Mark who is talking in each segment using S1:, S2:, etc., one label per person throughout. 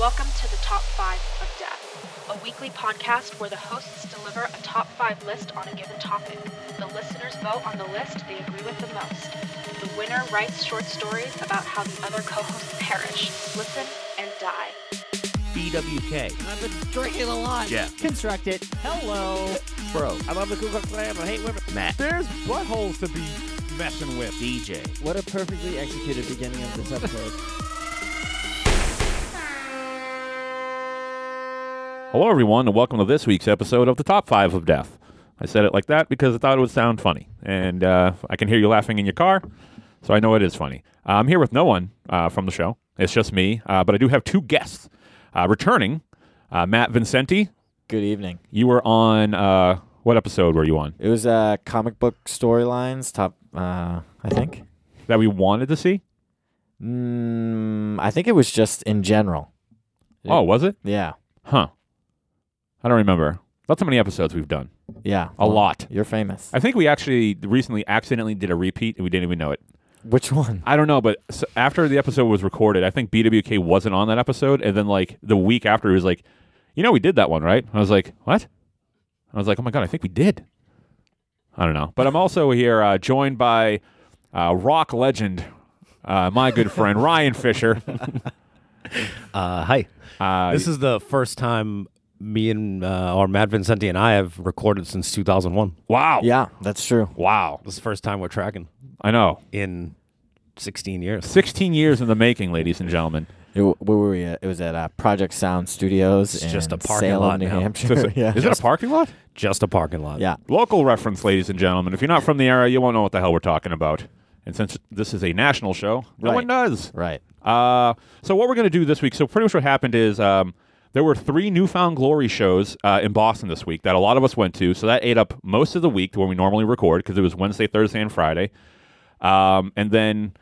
S1: Welcome to the Top 5 of Death, a weekly podcast where the hosts deliver a top 5 list on a given topic. The listeners vote on the list they agree with the most. The winner writes short stories about how the other co hosts perish, listen, and die.
S2: BWK.
S3: I've been drinking a lot.
S2: Jeff.
S4: Construct it. Hello.
S2: Bro.
S5: I love the Ku Klux Klan. I hate women.
S2: Matt.
S6: There's buttholes to be messing with.
S2: DJ.
S3: What a perfectly executed beginning of this episode.
S5: Hello, everyone, and welcome to this week's episode of the Top Five of Death. I said it like that because I thought it would sound funny, and uh, I can hear you laughing in your car, so I know it is funny. Uh, I'm here with no one uh, from the show. It's just me, uh, but I do have two guests uh, returning. Uh, Matt Vincenti,
S7: Good evening.
S5: you were on uh, what episode were you on
S7: It was uh, comic book storylines, top, uh, I think.
S5: that we wanted to see?
S7: Mm, I think it was just in general. Yeah.
S5: Oh, was it?
S7: Yeah.
S5: Huh. I don't remember. That's how many episodes we've done.
S7: Yeah.
S5: A lot.
S7: You're famous.
S5: I think we actually recently accidentally did a repeat and we didn't even know it.
S7: Which one?
S5: I don't know, but s after the episode was recorded, I think BWK wasn't on that episode, and then like the week after, he was like, "You know, we did that one, right?" I was like, "What?" I was like, "Oh my god, I think we did." I don't know, but I'm also here uh, joined by uh, rock legend, uh, my good friend Ryan Fisher.
S2: Uh, hi.
S5: Uh,
S8: This is the first time me and uh, or Matt Vincenti and I have recorded since 2001.
S5: wow,
S7: Yeah, that's true.
S5: wow,
S8: This is the first time we're tracking
S5: I know.
S8: in 16 years.
S5: 16 years in the making, ladies and gentlemen.
S7: It, w- where were we at? It was at uh, Project Sound Studios
S8: It's
S7: in
S8: just a parking
S7: Salem,
S8: lot
S7: New
S8: now.
S7: Hampshire. yeah.
S5: Is it a parking lot?
S8: Just a parking lot.
S7: yeah.
S5: Local reference, ladies and gentlemen. If you're not from the area, you won't know what the hell we're talking about. And since this is a national show, no
S7: Right.
S5: one does.
S7: Right.
S5: Uh, so what we're going to do this week? So pretty much what happened is um, there were three Newfound Glory shows uh, in Boston this week that a lot of us went to. So that ate up most of the week when we normally record because it was Wednesday, Thursday, and Friday. Um, and then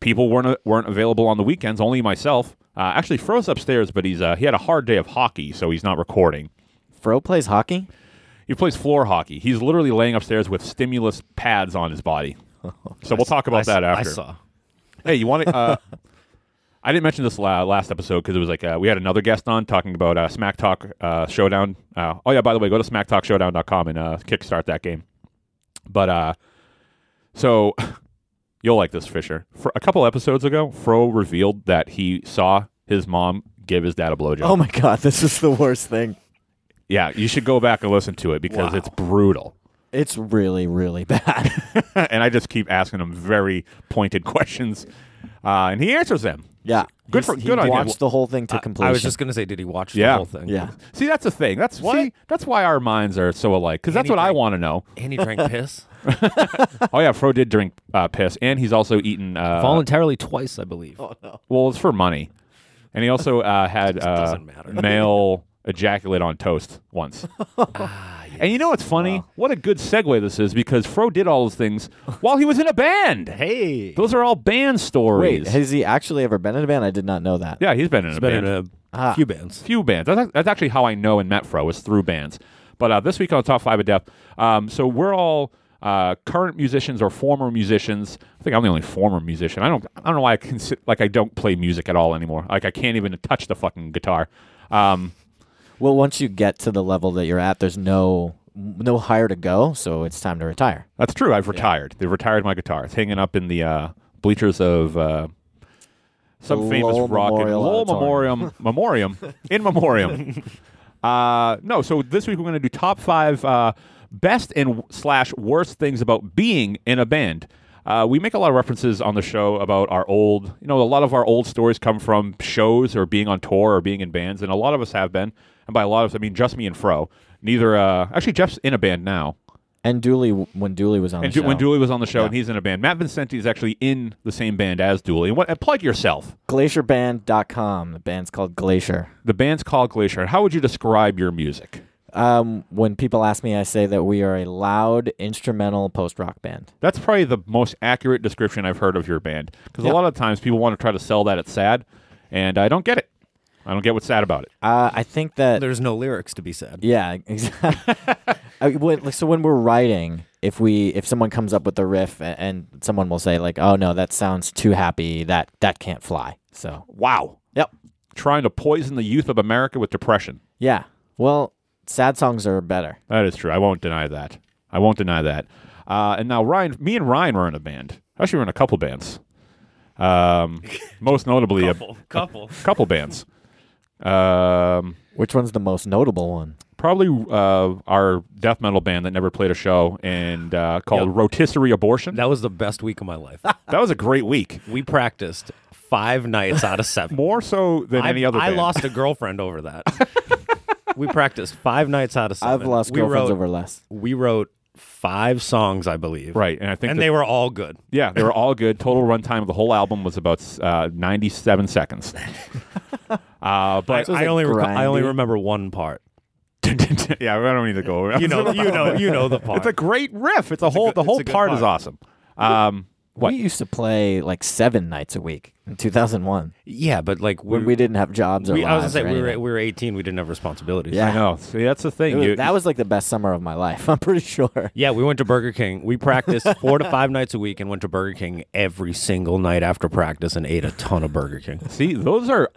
S5: people weren't uh, weren't available on the weekends. Only myself. Uh, actually, Froze upstairs, but he's uh, he had a hard day of hockey, so he's not recording.
S7: Fro plays hockey?
S5: He plays floor hockey. He's literally laying upstairs with stimulus pads on his body. So we'll talk about
S8: I,
S5: that after.
S8: I saw.
S5: Hey, you want to? Uh, I didn't mention this la- last episode because it was like uh, we had another guest on talking about uh, Smack Talk uh, Showdown. Uh, oh yeah, by the way, go to smacktalkshowdown.com and uh, kickstart that game. But uh, so you'll like this, Fisher. For a couple episodes ago, Fro revealed that he saw his mom give his dad a blowjob.
S7: Oh my God, this is the worst thing.
S5: yeah, you should go back and listen to it because it's brutal.
S7: It's really, really bad.
S5: and I just keep asking him very pointed questions, uh, and he answers them.
S7: yeah.
S5: Good
S7: He's-
S5: for-
S7: he
S5: good on you.
S7: watched the whole thing to completion.
S8: I was just going to say, did he watch the
S5: Yeah.
S8: whole thing?
S7: Yeah.
S5: See, that's the thing. That's see, that's why our minds are so alike. Because that's what I
S8: Anything.
S5: want to know.
S8: And he drank piss?
S5: Oh yeah, Fro did drink uh, piss, and he's also eaten. Uh,
S8: Voluntarily twice, I believe.
S5: well, it's for money, and he also uh, had uh,
S8: doesn't matter.
S5: male ejaculate on toast once.
S8: Ah,
S5: And you know what's funny? What a good segue this is because Fro did all those things while he was in a band.
S8: Hey.
S5: Those are all band stories.
S7: Wait, has he actually ever been in a band? I did not know that.
S5: yeah, he's been in a
S8: Been
S5: band.
S8: in a
S7: Ah.
S8: few bands.
S5: few bands. That's, that's actually how I know and met Fro is through bands. But uh, this week on Top Five of Death, um, so we're all uh, current musicians or former musicians. I think I'm the only former musician. I don't. I don't know why I consi- like I don't play music at all anymore. Like I can't even touch the fucking guitar. Um,
S7: Well, once you get to the level that you're at, there's no no higher to go, so it's time to retire.
S5: that's true. I've retired. They retired my guitar. It's hanging up in the uh, bleachers of. Uh, some
S7: The
S5: famous
S7: Lowell
S5: rock and
S7: Memorial
S5: Lowell
S7: Auditorium.
S5: Memorium Memoriam in Memoriam. Uh, no, so this week we're going to do top five uh, best and slash worst things about being in a band. Uh, we make a lot of references on the show about our old, you know, a lot of our old stories come from shows or being on tour or being in bands, and a lot of us have been. And by a lot of us, I mean just me and Fro. Neither, uh, actually, Jeff's in a band now.
S7: And Dooley, when Dooley was on
S5: And
S7: the
S5: Ju-
S7: show,
S5: when Dooley was on the show, and he's in a band, Matt Vincenti is actually in the same band as Dooley. And what? And plug yourself.
S7: glacierband.com, the band's called Glacier.
S5: The band's called Glacier. And how would you describe your music?
S7: Um, when people ask me, I say that we are a loud instrumental post rock band.
S5: That's probably the most accurate description I've heard of your band. Because
S7: Yeah.
S5: a lot of times people want to try to sell that it's sad, and I don't get it. I don't get what's sad about it.
S7: Uh, I think that
S8: There's no lyrics to be said.
S7: yeah, exactly. so when we're writing, if we if someone comes up with a riff a- and someone will say like, "Oh no, that sounds too happy. That that can't fly." So
S5: Wow.
S7: yep,
S5: trying to poison the youth of America with depression.
S7: Yeah. Well, sad songs are better.
S5: That is true. I won't deny that. I won't deny that. Uh, and now Ryan, me and Ryan were in a band. Actually, we were in a couple bands. Um, most notably,
S9: Couple,
S5: a
S9: couple.
S5: couple bands. Um,
S7: Which one's the most notable one?
S5: probably uh, our death metal band that never played a show and uh, called Rotisserie Abortion.
S8: That was the best week of my life.
S5: That was a great week.
S8: we practiced five nights out of seven.
S5: More so than
S8: I,
S5: any other.
S8: I
S5: band.
S8: lost a girlfriend over that. we practiced five nights out of seven.
S7: I've lost
S8: we
S7: girlfriends
S8: wrote,
S7: over less.
S8: We wrote five songs, I believe.
S5: Right, and I think
S8: and
S5: that-
S8: they were all good.
S5: Yeah, they were all good. Total runtime of the whole album was about uh, 97 seconds. Uh, but
S8: I only reco- I only
S7: grindy.
S8: remember one part.
S5: yeah, I don't need to go over.
S8: You know, you know, you know the part.
S5: it's a great riff. It's a whole.
S8: good-
S5: the
S8: it's
S5: whole
S8: a good
S5: part, is
S8: part.
S5: awesome. Um, what?
S7: We used to play like seven nights a week in 2001
S8: yeah, but like we,
S7: when we didn't have jobs or
S8: we- I was gonna say we
S7: lives or
S8: were
S7: anything.
S8: we were eighteen. We didn't have responsibilities.
S7: Yeah.
S5: I know. See, that's the
S7: It
S5: thing.
S7: was-
S5: You-
S7: that was like the best summer of my life. I'm pretty sure.
S8: Yeah, we went to Burger King. We practiced four to five nights a week and went to Burger King every single night after practice and ate a ton of Burger King.
S5: see, those are.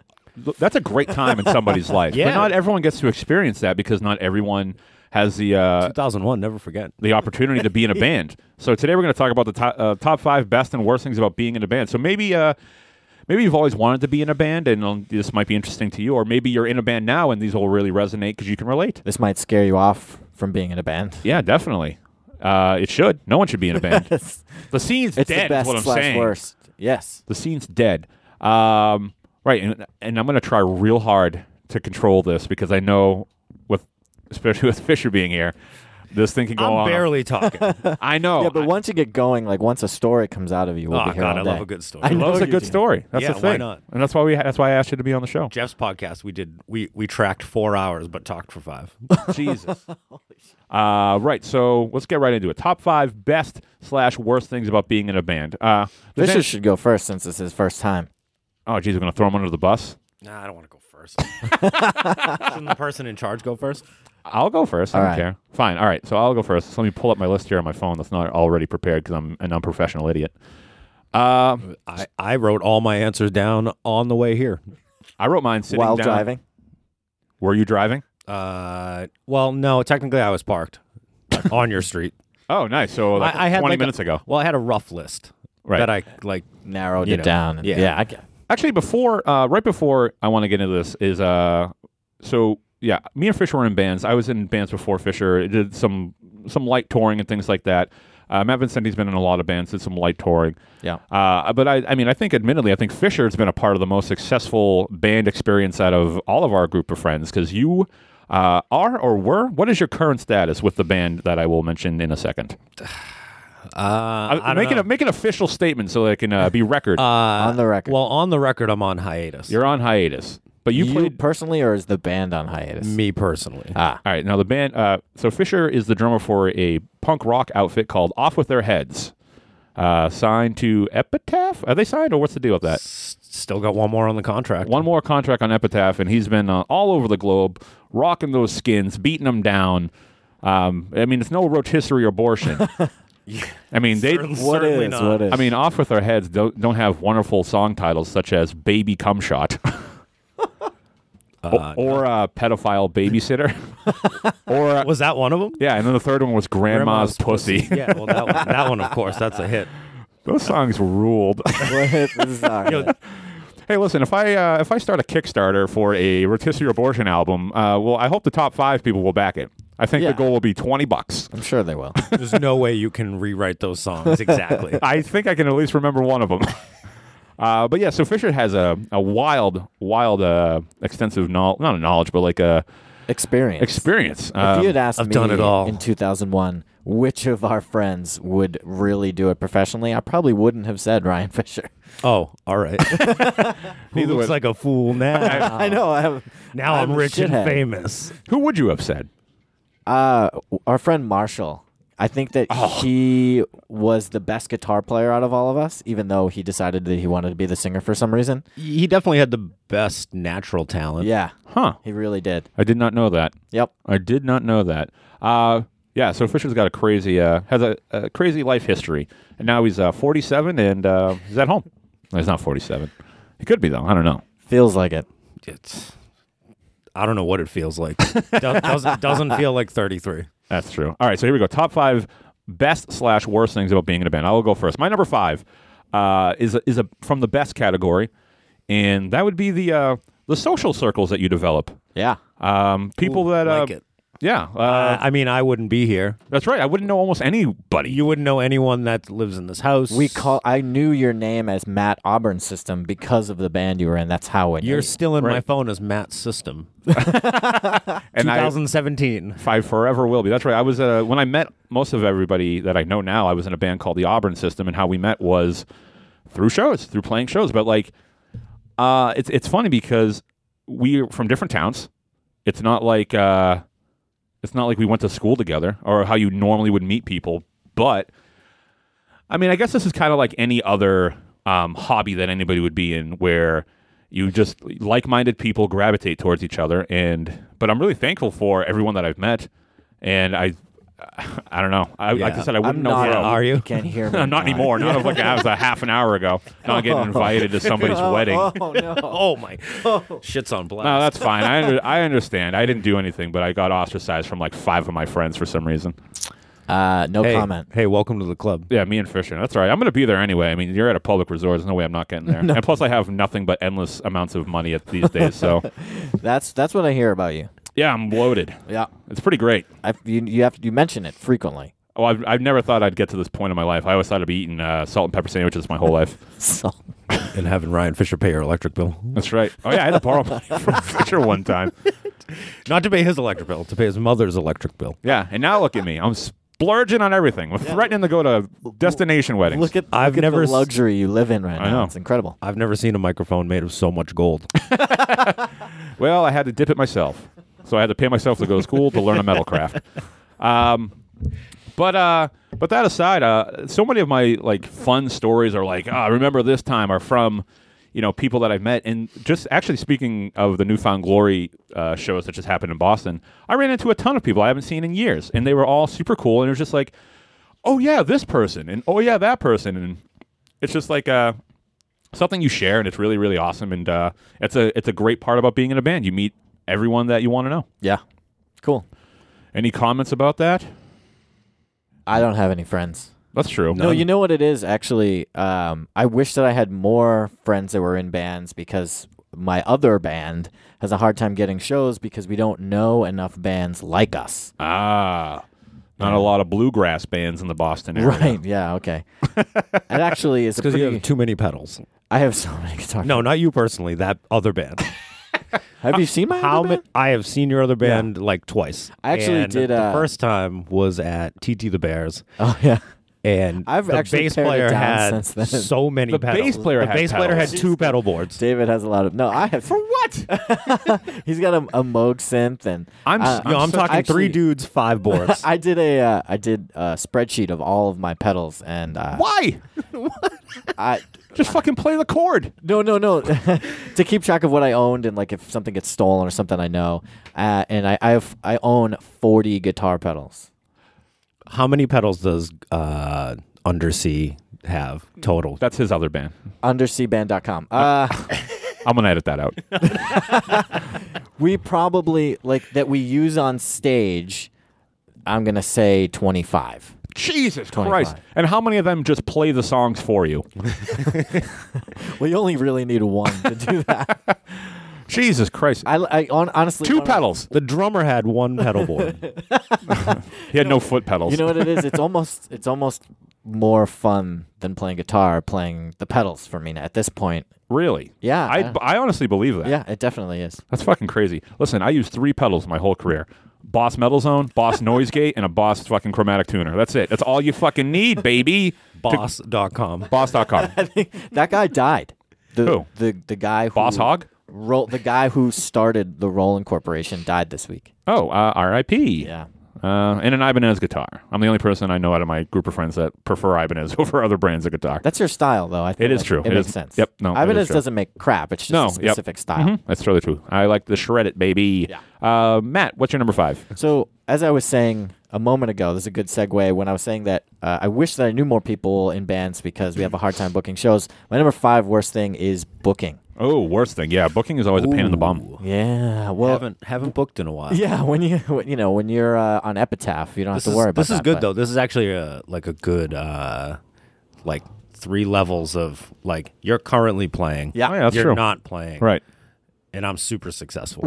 S5: That's a great time in somebody's life. But
S8: Yeah.
S5: not everyone gets to experience that because not everyone has the uh,
S8: 2001, never forget.
S5: the opportunity to be in a band. So today we're going to talk about the top, uh, top five best and worst things about being in a band. So maybe uh, maybe you've always wanted to be in a band, and um, this might be interesting to you, or maybe you're in a band now, and these will really resonate because you can relate.
S7: This might scare you off from being in a band.
S5: Yeah, definitely. Uh, it should. No one should be in a band. the scene's
S7: It's
S5: dead.
S7: the
S5: is
S7: best
S5: what I'm
S7: slash
S5: saying.
S7: worst. Yes.
S5: The scene's dead. Um, right, and, and I'm going to try real hard to control this because I know with especially with Fisher being here, this thing can go
S8: I'm
S5: on.
S8: barely talking. oh, Oh,
S5: I know.
S7: yeah, but
S5: I-
S7: once you get going, like once a story comes out of you, we'll be
S8: God,
S7: here all
S8: I love
S7: day.
S8: a good story.
S7: I know
S5: Well, that's a
S7: you
S5: good
S7: do.
S5: story. That's
S8: Yeah,
S5: the
S8: why
S5: thing.
S8: not?
S5: And that's why we that's why I asked you to be on the show.
S8: Jeff's podcast, we did we we tracked four hours but talked for five.
S5: Jesus. Uh, right. So let's get right into it. Top five best slash worst things about being in a band. Uh, the
S7: Fisher
S5: band-
S7: should go first since it's his first time.
S5: oh, geez, we're gonna throw him under the bus.
S8: Nah, I don't want to go first. Shouldn't the person in charge go first?
S5: I'll go first. I
S7: All
S5: don't
S7: right.
S5: care. Fine. All right. So I'll go first. So let me pull up my list here on my phone. That's not already prepared because I'm an unprofessional idiot. Um,
S8: I, I wrote all my answers down on the way here.
S5: I wrote mine sitting
S7: While
S5: down.
S7: driving,
S5: Were you driving?
S8: Uh, well, no, technically I was parked on your street.
S5: Oh, nice. So like
S8: I, I had
S5: 20
S8: like a-
S5: minutes ago.
S8: Well, I had a rough list
S5: Right.
S8: that I like.
S7: narrowed
S8: You
S7: it
S8: know,
S7: down. and-
S8: yeah.
S7: yeah, I get.
S5: Actually, before uh, right before I want to get into this is uh, so yeah, me and Fisher were in bands. I was in bands before Fisher. Did some some light touring and things like that. Uh, Matt Vincenti's been in a lot of bands. Did some light touring.
S7: Yeah.
S5: Uh, but I, I mean, I think, admittedly, I think Fisher's been a part of the most successful band experience out of all of our group of friends because you uh, are or were. What is your current status with the band that I will mention in a second?
S8: Uh,
S5: Uh, make it a, make an official statement so that it can uh, be record.
S7: on the record,
S8: well, on the record, I'm on hiatus.
S5: You're on hiatus, but you,
S7: you
S5: played
S7: personally, or is the band on hiatus?
S8: me personally.
S7: Ah,
S5: All right, now the band. Uh, so Fisher is the drummer for a punk rock outfit called Off with Their Heads, uh, signed to Epitaph. Are they signed, or what's the deal with that?
S8: S- Still got one more on the contract.
S5: One more contract on Epitaph, and he's been uh, all over the globe, rocking those skins, beating them down. Um, I mean, it's no rotisserie abortion. I mean, they.
S8: Certain-
S7: what
S8: certainly
S7: is
S8: not.
S7: what is?
S5: I mean, Off with Their Heads don't, don't have wonderful song titles such as Baby Cum Shot.
S8: Uh,
S5: or uh, pedophile babysitter, or uh,
S8: was that one of them?
S5: yeah, and then the third one was grandma's, pussy.
S8: yeah, well, that one, that one, of course, that's a hit.
S5: Those songs ruled.
S7: Sorry.
S5: hey, listen, if I uh, if I start a Kickstarter for a rotisserie abortion album, uh, well, I hope the top five people will back it. I think
S7: Yeah.
S5: the goal will be twenty bucks.
S7: I'm sure they will.
S8: There's no way you can rewrite those songs exactly.
S5: I think I can at least remember one of them. uh, but yeah, so Fisher has a, a wild, wild, uh, extensive knowledge, not a knowledge, but like a
S7: Experience.
S5: experience.
S7: if
S5: Um,
S7: you had asked
S8: I've
S7: me
S8: done it all.
S7: in 2001 which of our friends would really do it professionally, I probably wouldn't have said Ryan Fisher.
S8: oh, all right. Who
S5: Neither
S8: looks
S5: way.
S8: like a fool now?
S7: I know. I have,
S8: now I'm,
S7: I'm a
S8: rich and
S7: shithead.
S8: famous.
S5: who would you have said?
S7: uh, our friend Marshall. I think that
S8: Oh.
S7: he was the best guitar player out of all of us, even though he decided that he wanted to be the singer for some reason.
S8: He definitely had the best natural talent.
S7: Yeah,
S5: Huh?
S7: he really did.
S5: I did not know that.
S7: Yep.
S5: I did not know that. Uh, yeah, so Fisher's got a crazy, uh, has a, a crazy life history, and now he's uh, 47 and uh, he's at home. No, he's not 47. He could be though. I don't know.
S7: Feels like it.
S8: it's I don't know what it feels like. Do- doesn't doesn't feel like 33.
S5: That's true. All right, so here we go. Top five best slash worst things about being in a band. I will go first. My number five uh, is a, is a, from the best category, and that would be the uh, the social circles that you develop.
S7: Yeah.
S5: Um, people that uh,
S8: like it.
S5: Yeah, uh,
S8: Uh, I mean, I wouldn't be here.
S5: that's right. I wouldn't know almost anybody.
S8: You wouldn't know anyone that lives in this house.
S7: We call. I knew your name as Matt Auburn System because of the band you were in. That's how it.
S8: You're still in my phone as Matt's system.
S5: and I,
S8: 2017.
S5: I forever will be. That's right. I was uh, when I met most of everybody that I know now. I was in a band called the Auburn System, and how we met was through shows, through playing shows. But like, uh, it's it's funny because we are from different towns. It's not like uh, it's not like we went to school together or how you normally would meet people. But I mean, I guess this is kind of like any other um, hobby that anybody would be in, where you just like-minded people gravitate towards each other. And but I'm really thankful for everyone that I've met, and I, I don't know. I, Like I
S8: Yeah.
S5: said, I wouldn't
S7: I'm
S5: know.
S7: not.
S5: how.
S8: Are you?
S7: Can't hear me.
S5: Uh, not anymore. Not of like I was a half an hour ago. Not getting invited to somebody's wedding.
S7: Oh no.
S8: Oh my! Shit's on blast.
S5: No, that's fine. I under, I understand. I didn't do anything, but I got ostracized from like five of my friends for some reason.
S7: Uh, no
S8: hey,
S7: comment.
S8: Hey, welcome to the club.
S5: Yeah, me and Fisher. That's all right. I'm going to be there anyway. I mean, you're at a public resort. There's no way I'm not getting there. And plus, I have nothing but endless amounts of money at these days. So
S7: That's that's what I hear about you.
S5: yeah, I'm loaded.
S7: Yeah.
S5: It's pretty great.
S7: I, you you have you mention it frequently.
S5: Oh, I've, I've never thought I'd get to this point in my life. I always thought I'd be eating uh, salt and pepper sandwiches my whole life.
S7: So
S8: And having Ryan Fisher pay your electric bill.
S5: That's right. Oh yeah, I had to borrow money from Fisher one time.
S8: Not to pay his electric bill, to pay his mother's electric bill.
S5: Yeah, and now look at me. I'm splurging on everything. I'm threatening to go to destination weddings.
S7: look at
S8: I've
S7: look at
S8: never s-
S7: the luxury you live in right
S5: I
S7: now.
S5: know.
S7: It's incredible.
S8: I've never seen a microphone made of so much gold.
S5: well, I had to dip it myself, so I had to pay myself to go to school to learn a metal craft. Um, but uh, but that aside, uh, so many of my like fun stories are like, ah, remember this time are from, you know, people that I've met. And just actually speaking of the Newfound Glory uh, shows that just happened in Boston, I ran into a ton of people I haven't seen in years, and they were all super cool. And it was just like, oh yeah, this person, and oh yeah, that person, and it's just like uh, something you share, and it's really really awesome. And uh, it's a it's a great part about being in a band. You meet everyone that you want to know.
S7: Yeah. Cool.
S5: Any comments about that?
S7: I don't have any friends.
S5: That's true.
S7: No, you know what it is actually. Um, I wish that I had more friends that were in bands because my other band has a hard time getting shows because we don't know enough bands like us.
S5: Ah, not a lot of bluegrass bands in the Boston area.
S7: Right? Yeah. Okay. it actually is a
S8: Because
S7: pretty.
S8: you have too many pedals.
S7: I have so many guitar.
S8: No, not you personally. That other band.
S7: Have you seen my
S8: How
S7: other
S8: many?
S7: band?
S8: I have seen your other band like twice.
S7: I actually
S8: And
S7: did,
S8: the
S7: uh,
S8: first time was at TT the Bears,
S7: Oh yeah.
S8: and
S7: I've
S8: the
S7: actually
S8: bass
S7: pared it
S8: player
S7: down
S8: had
S7: since then.
S8: so many.
S5: The
S8: pedals.
S5: bass player
S8: the
S5: had
S8: bass player had
S5: pedals.
S8: two pedal boards.
S7: David has a lot of. No, I have. For what? He's got a, a Moog synth and
S5: I'm s-
S8: No, I'm
S5: so-
S8: talking
S7: actually-
S8: three dudes, five boards.
S7: I did a uh, I did a spreadsheet of all of my pedals and uh,
S5: Why?
S7: I
S5: Just fucking play the chord.
S7: no no no to keep track of what I owned and like if something gets stolen or something I know uh, and I I, have, I own forty guitar pedals.
S8: How many pedals does uh, Undersea have total?
S5: That's his other band.
S7: Underseaband.com. Uh,
S5: I'm gonna edit that out.
S7: we probably like that we use on stage. I'm gonna say twenty five.
S5: Jesus
S7: 25.
S5: Christ! And how many of them just play the songs for you?
S7: We only really need one to do that.
S5: Jesus Christ!
S7: I, I on, honestly
S5: two
S7: one of-
S5: pedals.
S8: the drummer had one pedal board.
S5: He had no foot pedals.
S7: You know what it is? It's almost it's almost more fun than playing guitar, playing the pedals for me now, at this point.
S5: really?
S7: Yeah,
S5: I
S7: yeah.
S5: I honestly believe that.
S7: Yeah, it definitely is.
S5: That's fucking crazy. Listen, I used three pedals my whole career. Boss Metal Zone, Boss Noise Gate, and a Boss fucking Chromatic Tuner. That's it. That's all you fucking need, baby.
S8: Boss.com.
S5: Boss.com.
S7: That guy died. The
S5: Who?
S7: the the guy who
S5: Boss Hogg?
S7: Ro- the guy who started the Roland Corporation died this week.
S5: Oh, uh, R.I.P.
S7: Yeah.
S5: Uh, and an Ibanez guitar. I'm the only person I know out of my group of friends that prefer Ibanez over other brands of guitar.
S7: That's your style though. I feel
S5: It is
S7: like
S5: true.
S7: It,
S5: It
S7: makes
S5: is-
S7: sense.
S5: yep, no, it is
S7: Ibanez
S5: true.
S7: doesn't make crap. It's just
S5: No,
S7: a
S5: yep.
S7: specific style.
S5: Mhm. That's totally true. I like the shred it, baby. Uh, Matt, what's your number five?
S7: So, as I was saying a moment ago, this is a good segue. When I was saying that uh, I wish that I knew more people in bands because we have a hard time booking shows. My number five worst thing is booking.
S5: Oh, worst thing. Yeah, booking is always a pain in the bum.
S7: Yeah. Well.
S8: haven't haven't booked in a while.
S7: Yeah. When you when, you know when you're uh, on Epitaph, you don't
S8: this
S7: have
S8: is,
S7: to worry about
S8: this is
S7: that,
S8: good
S7: but-
S8: though. This is actually a, like a good uh, like three levels of like you're currently playing.
S7: Yeah.
S5: Oh, yeah, that's
S8: you're
S5: true.
S8: not playing.
S5: Right.
S8: And I'm super successful.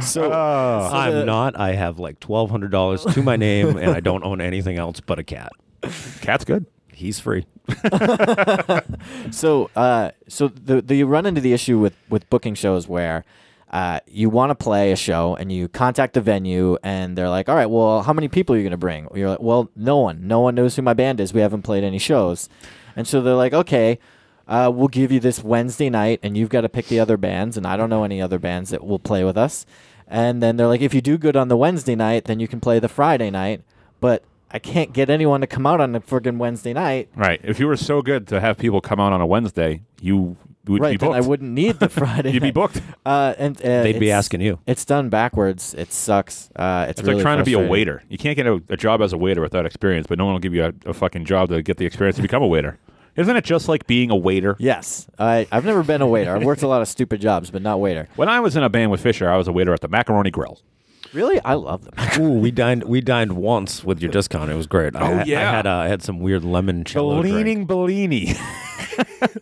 S7: So
S8: I'm
S7: the-
S8: not. I have like twelve hundred dollars to my name, and I don't own anything else but a cat.
S5: Cat's good.
S8: He's free.
S7: so uh, so the, the you run into the issue with with booking shows where uh, you want to play a show and you contact the venue and they're like, all right, well, how many people are you going to bring? You're like, well, no one. No one knows who my band is. We haven't played any shows, and so they're like, okay. Uh, we'll give you this Wednesday night, and you've got to pick the other bands. And I don't know any other bands that will play with us. And then they're like, if you do good on the Wednesday night, then you can play the Friday night. But I can't get anyone to come out on the friggin' Wednesday night.
S5: Right. If you were so good to have people come out on a Wednesday, you would be
S7: right, then
S5: booked.
S7: I wouldn't need the Friday.
S5: You'd be
S7: night.
S5: booked.
S7: Uh, and uh,
S8: They'd be
S7: it's-
S8: asking you.
S7: It's done backwards. It sucks. Uh, it's
S5: It's
S7: really
S5: like trying to be a
S7: frustrating.
S5: waiter. You can't get a, a job as a waiter without experience, but no one will give you a, a fucking job to get the experience to become a waiter. Isn't it just like being a waiter?
S7: Yes, I, I've never been a waiter. I've worked a lot of stupid jobs, but not waiter.
S5: When I was in a band with Fisher, I was a waiter at the Macaroni Grill.
S7: Really, I love them.
S8: Ooh, we dined. We dined once with your discount. It was great. Oh I,
S5: yeah.
S8: I had uh, I had some weird lemon cello drink.
S5: Bellini.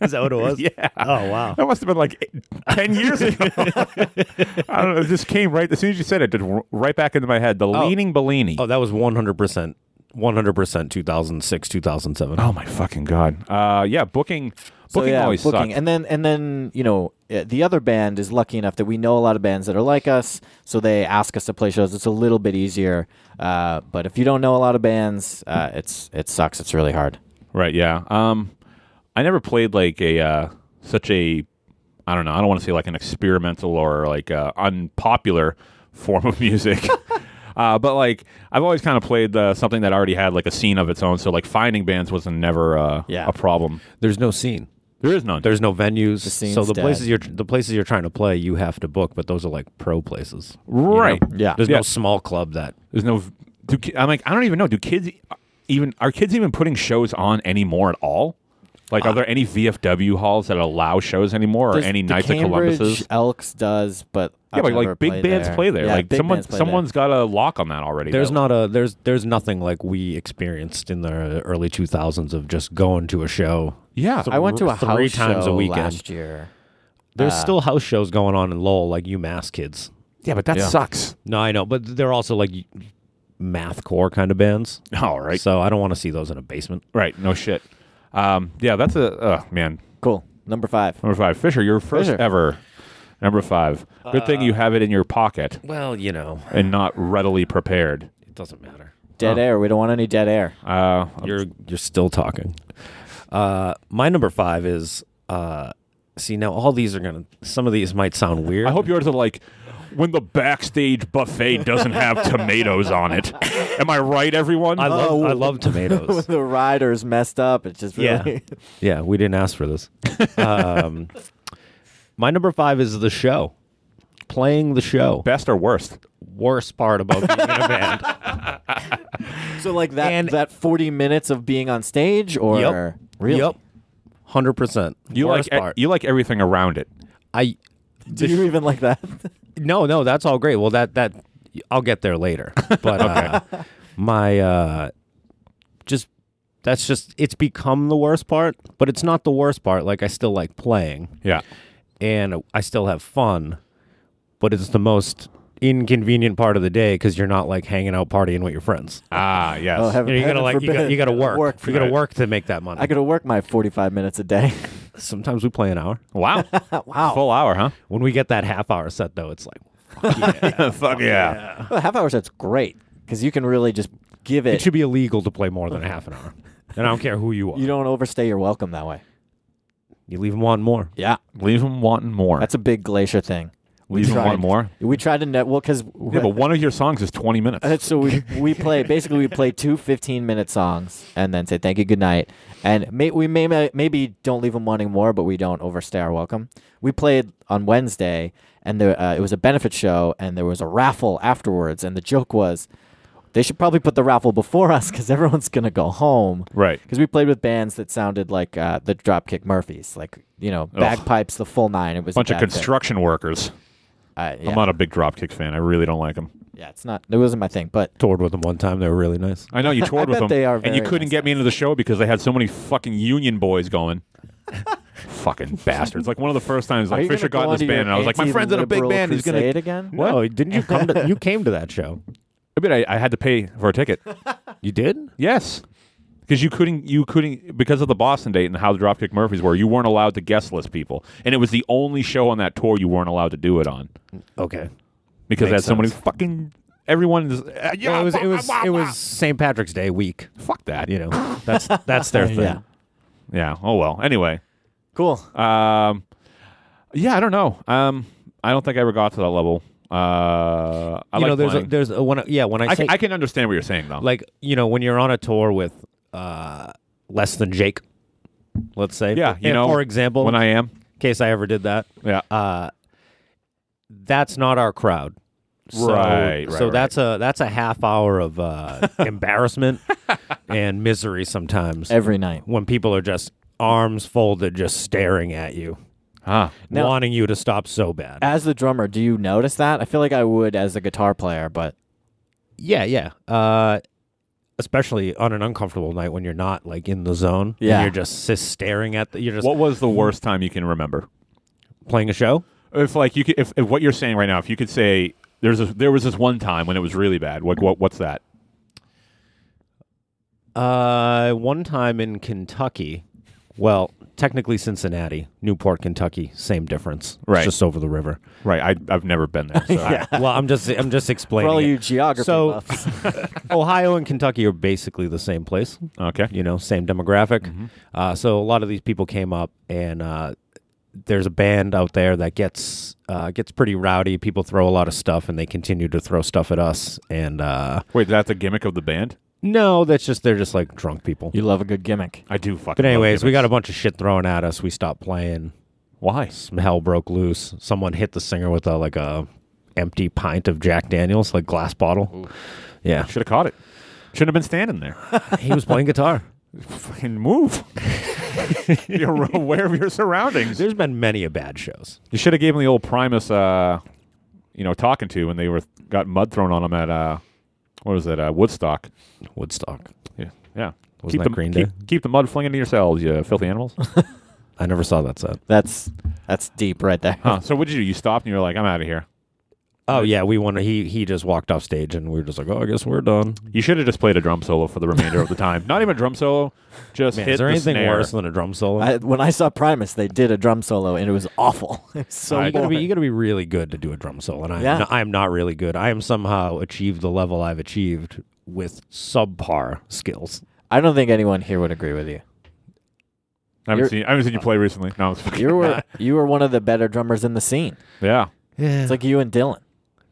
S8: Is that what it was?
S5: Yeah.
S8: Oh wow.
S5: That must have been like eight, ten years ago. I don't know. It just came right as soon as you said it, it r- right back into my head. The leaning Bellini.
S8: Oh, that was one hundred percent. One hundred percent. Two thousand six. Two thousand seven.
S5: Oh my fucking god. Uh, yeah, booking.
S7: So,
S5: Booking
S7: yeah,
S5: always
S7: booking.
S5: sucked.
S7: And then and then you know uh, the other band is lucky enough that we know a lot of bands that are like us, so they ask us to play shows. It's a little bit easier, uh, but if you don't know a lot of bands, uh, it's it sucks. It's really hard.
S5: Right. Yeah. Um, I never played like a uh, such a I don't know. I don't want to say like an experimental or like uh, unpopular form of music. Uh, but like I've always kind of played uh, something that already had like a scene of its own, so like finding bands was never uh,
S7: Yeah.
S5: a problem.
S8: There's no scene.
S5: There is none.
S8: There's no venues.
S7: scene's
S8: so the
S7: dead.
S8: places you're the places you're trying to play, you have to book, but those are like pro places. you know?
S5: Right.
S7: Yeah.
S8: There's
S5: Yeah.
S8: no small club that
S5: There's no. Do, ki- I'm like, I don't even know. Do kids e- even are kids even putting shows on anymore at all? Like, are there any VFW halls that allow shows anymore, or
S7: There's
S5: any
S7: Uh, the
S5: Knights
S7: Cambridge
S5: of Columbuses?
S7: Elks does, but
S5: Yeah,
S7: I've
S5: but
S7: never
S5: like big
S7: played
S5: bands
S7: there.
S5: play there.
S7: Yeah,
S5: like
S7: big
S5: someone,
S7: bands play there.
S5: someone's got a lock on that already.
S8: there's
S5: though.
S8: not a there's there's nothing like we experienced in the early 2000s of just going to a show.
S5: Yeah,
S8: So
S7: I went to a
S8: three
S7: house
S8: times
S7: show
S8: a weekend.
S7: last year.
S8: There's still house shows going on in Lowell, like UMass kids.
S5: yeah, but that
S7: Yeah.
S5: sucks.
S8: No, I know, but they're also like math core kind of bands.
S5: All Oh, right,
S8: So I don't want to see those in a basement.
S5: right, no shit. Um, yeah, that's a uh, man.
S7: Cool. Number five.
S5: Number five, Fisher, your first
S7: Fisher.
S5: ever. Number five. Good thing you have it in your pocket
S8: Well, you know,
S5: and not readily prepared.
S8: it doesn't matter.
S7: Dead air. We don't want any dead air.
S5: Uh,
S8: You're you're still talking. Uh, my number five is uh, see now all these are gonna some of these might sound weird.
S5: I hope yours are like when the backstage buffet doesn't have tomatoes on it. Am I right, everyone?
S8: I love
S7: Oh.
S8: I love
S7: When
S8: tomatoes.
S7: the riders messed up, it's just really.
S8: yeah, we didn't ask for this. Um, my number five is the show. Playing the show.
S5: Best or worst?
S8: Worst part about being in a band.
S7: so like that
S8: And-
S7: that forty minutes of being on stage, or
S8: Yep.
S7: really?
S8: Yep. Hundred percent.
S5: You
S8: Worst
S5: like e-
S8: part.
S5: you like everything around it.
S8: I
S7: Do you even like that?
S8: No, no, that's all great. Well, that that I'll get there later. But uh, my uh, just that's just it's become the worst part, but it's not the worst part. Like I still like playing
S5: Yeah.
S8: and I still have fun, but it's the most inconvenient part of the day because you're not like hanging out partying with your friends.
S5: Ah, yes.
S7: Oh, heaven,
S8: You, know, you gotta
S7: heaven
S8: like you gotta,
S7: forbid.
S8: you gotta work.
S7: for
S8: you gotta
S7: that.
S8: work to make that money.
S7: I gotta work my forty-five minutes a day.
S8: Sometimes we play an hour.
S5: wow.
S7: wow.
S5: Full hour, huh?
S8: When we get that half hour set though, it's like
S5: Fuck yeah.
S7: Well, half hours. That's great because you can really just give it.
S8: it should be illegal to play more than a half an hour. And I don't care who you are.
S7: you don't overstay your welcome that way.
S8: You leave them on more.
S7: Yeah,
S5: Leave them wanting more.
S7: that's a big glacier thing.
S5: Leave them
S7: tried.
S5: wanting more.
S7: We tried to net well because
S5: Yeah, but one of your songs is 20 minutes.
S7: Uh, so we, we play basically we play two 15 minute songs and then say thank you good night and may, we may may- maybe don't leave them wanting more but we don't overstay our welcome we played on wednesday and there, uh, it was a benefit show and there was a raffle afterwards and the joke was They should probably put the raffle before us because everyone's gonna go home.
S5: Right.
S7: Because we played with bands that sounded like uh, the Dropkick Murphys, like you know bagpipes, the full nine. It was
S5: Bunch
S7: a
S5: of
S7: bad thing.
S5: construction workers.
S7: Uh, yeah.
S5: I'm not a big Dropkick fan. I really don't like them.
S7: yeah, it's not. It wasn't my thing, but
S8: toured with them one time. They were really nice.
S5: I know you toured with them,
S7: bet they are
S5: and you
S7: very
S5: couldn't
S7: nice
S5: get me into the show because they had so many fucking union boys going. fucking bastards! Like one of the first times,
S7: Are
S5: like
S7: you gonna
S5: Fisher got in
S7: go
S5: this
S7: onto your
S5: band, and I was like, "My friend's in a big
S7: anti-liberal
S5: band. He's gonna."
S7: crusade again.
S8: What? No, didn't you come to? You came to that show.
S5: I mean, I, I had to pay for a ticket.
S8: You did?
S5: yes, because you couldn't, you couldn't, because of the Boston date and how the Dropkick Murphys were. You weren't allowed to guest list people, and it was the only show on that tour you weren't allowed to do it on
S8: Okay. Makes
S5: because that's so many
S8: sense.
S5: fucking everyone. Is, uh, yeah,
S8: Well, it was
S5: wah,
S8: it was
S5: wah,
S8: it
S5: wah.
S8: was St. Patrick's Day week.
S5: fuck that.
S8: You know, that's that's their thing.
S7: Yeah.
S5: yeah. Oh well. Anyway.
S7: Cool.
S5: Um, yeah, I don't know. Um, I don't think I ever got to that level. Uh, I
S8: you
S5: like
S8: know, there's a,
S5: playing.
S8: there's a, when I- yeah when I,
S5: I,
S8: say
S5: can, I can understand what you're saying though.
S8: like you know when you're on a tour with uh, less than Jake, let's say
S5: yeah, you
S8: and-
S5: know,
S8: for example,
S5: when I am,
S8: in case I ever did that,
S5: yeah,
S8: uh, that's not our crowd. So,
S5: Right, right,
S8: so
S5: right.
S8: that's a that's a half hour of uh, embarrassment and misery sometimes
S7: Every night.
S8: when people are just arms folded, just staring at you,
S5: huh.
S7: Now-
S8: wanting you to stop so bad.
S7: As the drummer, do you notice that? I feel like I would as a guitar player, but
S8: yeah, yeah. Uh, especially on an uncomfortable night when you're not like in the zone. and
S7: Yeah.
S8: you're just sis- staring at the. You're just
S5: What was the worst time you can remember?
S8: playing a show.
S5: If like you, could, if, if what you're saying right now, if you could say there's a, there was this one time when it was really bad. What what what's that?
S8: Uh, one time in Kentucky. Well, technically Cincinnati, Newport, Kentucky, same difference.
S5: Right.
S8: it's just over the river.
S5: Right, I I've never been there. So yeah.
S8: well, I'm just I'm just
S7: for
S8: explaining.
S7: all
S8: it.
S7: you geography
S8: So-
S7: buffs,
S8: Ohio and Kentucky are basically the same place.
S5: okay,
S8: you know, same demographic.
S7: Mm-hmm.
S8: Uh, so a lot of these people came up, and uh, there's a band out there that gets uh, gets pretty rowdy. People throw a lot of stuff, and they continue to throw stuff at us. And uh,
S5: wait, that's a gimmick of the band.
S8: no, that's just they're just like drunk people.
S7: you love a good gimmick.
S5: I do fucking.
S8: But
S5: love
S8: anyways, we
S5: gimmicks.
S8: got a bunch of shit thrown at us. We stopped playing.
S5: why?
S8: Some hell broke loose. Someone hit the singer with a like a empty pint of Jack Daniels, like glass bottle. Yeah,
S5: Should have caught it. Shouldn't have been standing there.
S8: he was playing guitar.
S5: fucking move. you're aware of your surroundings.
S8: There's been many a bad shows.
S5: You should have gave him the old Primus, uh, you know, talking to when they were got mud thrown on them at uh, what was it, uh, Woodstock?
S8: Woodstock.
S5: Yeah, yeah.
S8: Wasn't
S5: keep
S8: that
S5: the
S8: Green
S5: keep,
S8: Day?
S5: keep the mud flinging to yourselves, you filthy animals.
S8: I never saw that set.
S7: That's that's deep right there.
S5: huh. So what did you do? You stopped and you were like, I'm out of here.
S8: Oh yeah, we won. He he just walked off stage, and we were just like, oh, I guess we're done.
S5: You should have just played a drum solo for the remainder of the time. Not even a drum solo. Just hit
S8: is there
S5: the
S8: anything
S5: snare.
S8: worse than a drum solo?
S7: I, when I saw Primus, they did a drum solo and it was awful. It was so
S8: you gotta be
S7: boring.
S8: you gotta be really good to do a drum solo, and I
S7: Yeah.
S8: am not, I am not really good. I am somehow achieved the level I've achieved with subpar skills.
S7: I don't think anyone here would agree with you.
S5: I haven't
S7: You're-
S5: seen. I haven't seen you play recently. No, it's fucking,
S7: You were you were one of the better drummers in the scene.
S5: yeah,
S8: Yeah,
S7: It's like you and Dylan.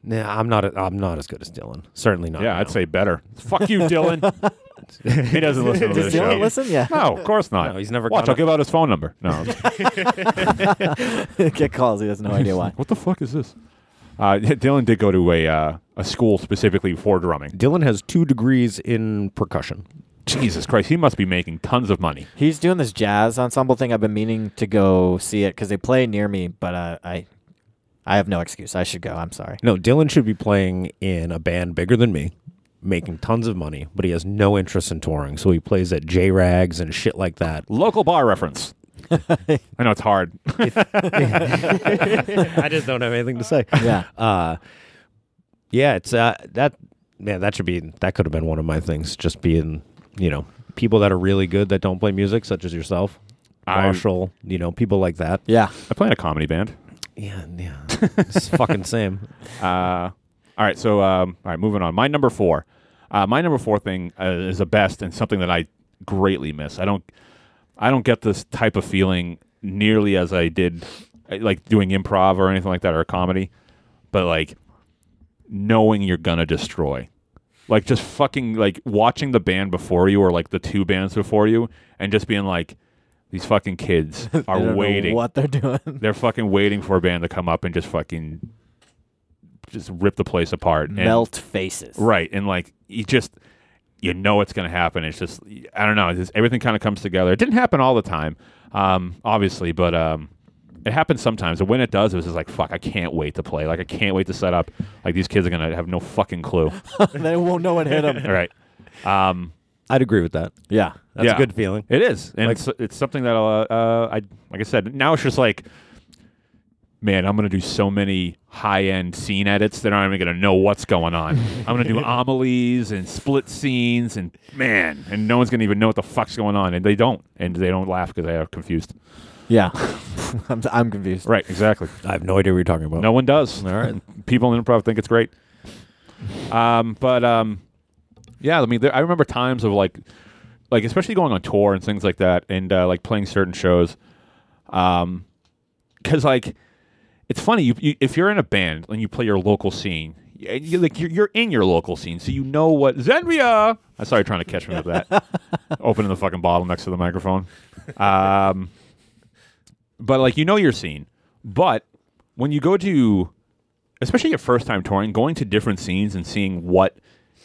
S8: nah, I'm not. A, I'm not as good as Dylan. Certainly not.
S5: yeah.
S8: now.
S5: I'd say better. Fuck you, Dylan. he doesn't listen to
S7: Does
S5: this
S7: Dylan
S5: show.
S7: listen? Yeah,
S5: No, of course not.
S8: No, he's never
S5: Watch,
S8: gonna-
S5: I'll give out his phone number. No. I'm just-
S7: get calls. He has no idea why.
S5: what the fuck is this? Uh, Dylan did go to a uh, a school specifically for drumming.
S8: Dylan has two degrees in percussion.
S5: Jesus Christ, he must be making tons of money.
S7: He's doing this jazz ensemble thing. I've been meaning to go see it because they play near me, but uh, I I have no excuse. I should go. I'm sorry.
S8: No, Dylan should be playing in a band bigger than me, making tons of money, but he has no interest in touring. So he plays at J Rags and shit like that.
S5: Local bar reference. I know it's hard.
S8: I just don't have anything to say.
S7: Yeah.
S8: Uh, yeah, it's uh, that. Man, that should be that could have been one of my things. Just being, you know, people that are really good that don't play music, such as yourself,
S5: I-
S8: Marshall, you know, people like that.
S7: Yeah.
S5: I play in a comedy band.
S8: Yeah, yeah, it's fucking same.
S5: Uh, all right, so um, all right, moving on. My number four, uh, my number four thing uh, is the best and something that I greatly miss. I don't, I don't get this type of feeling nearly as I did, uh, like doing improv or anything like that or comedy, but like knowing you're gonna destroy, like just fucking like watching the band before you or like the two bands before you and just being like, these fucking kids
S7: I don't
S5: are
S7: know
S5: waiting
S7: what they're doing.
S5: they're fucking waiting for a band to come up and just fucking just rip the place apart and
S7: Melt faces.
S5: right and like you just you know it's going to happen. It's just I don't know. It's just, everything kind of comes together. It didn't happen all the time, um, obviously, but um, it happens sometimes. And when it does, it was just like fuck. I can't wait to play. Like I can't wait to set up. Like these kids are going to have no fucking clue.
S7: they won't know what hit them.
S5: all right. Um,
S8: I'd agree with that.
S7: Yeah.
S8: That's
S5: Yeah.
S8: a good feeling.
S5: It is, and
S8: Like-
S5: it's, it's something that uh, uh, I like. I said now it's just like, man, I'm gonna do so many high end scene edits that I'm not even gonna know what's going on. I'm gonna do amelie's and split scenes, and man, and no one's gonna even know what the fuck's going on, and they don't, and they don't laugh because they are confused.
S7: Yeah. I'm, I'm confused.
S5: Right, exactly.
S8: I have no idea what you're talking about.
S5: No one does.
S8: All right.
S5: People in improv think it's great. Um, but um, yeah, I mean, there, I remember times of like, like especially going on tour and things like that, and uh, like playing certain shows, um, because like, it's funny. You, you if you're in a band and you play your local scene. y- and You're like you're, you're in your local scene, so you know what Zenvia. I saw you trying to catch me with that, opening the fucking bottle next to the microphone. Um, but like you know your scene. But when you go to, especially your first time touring, going to different scenes and seeing what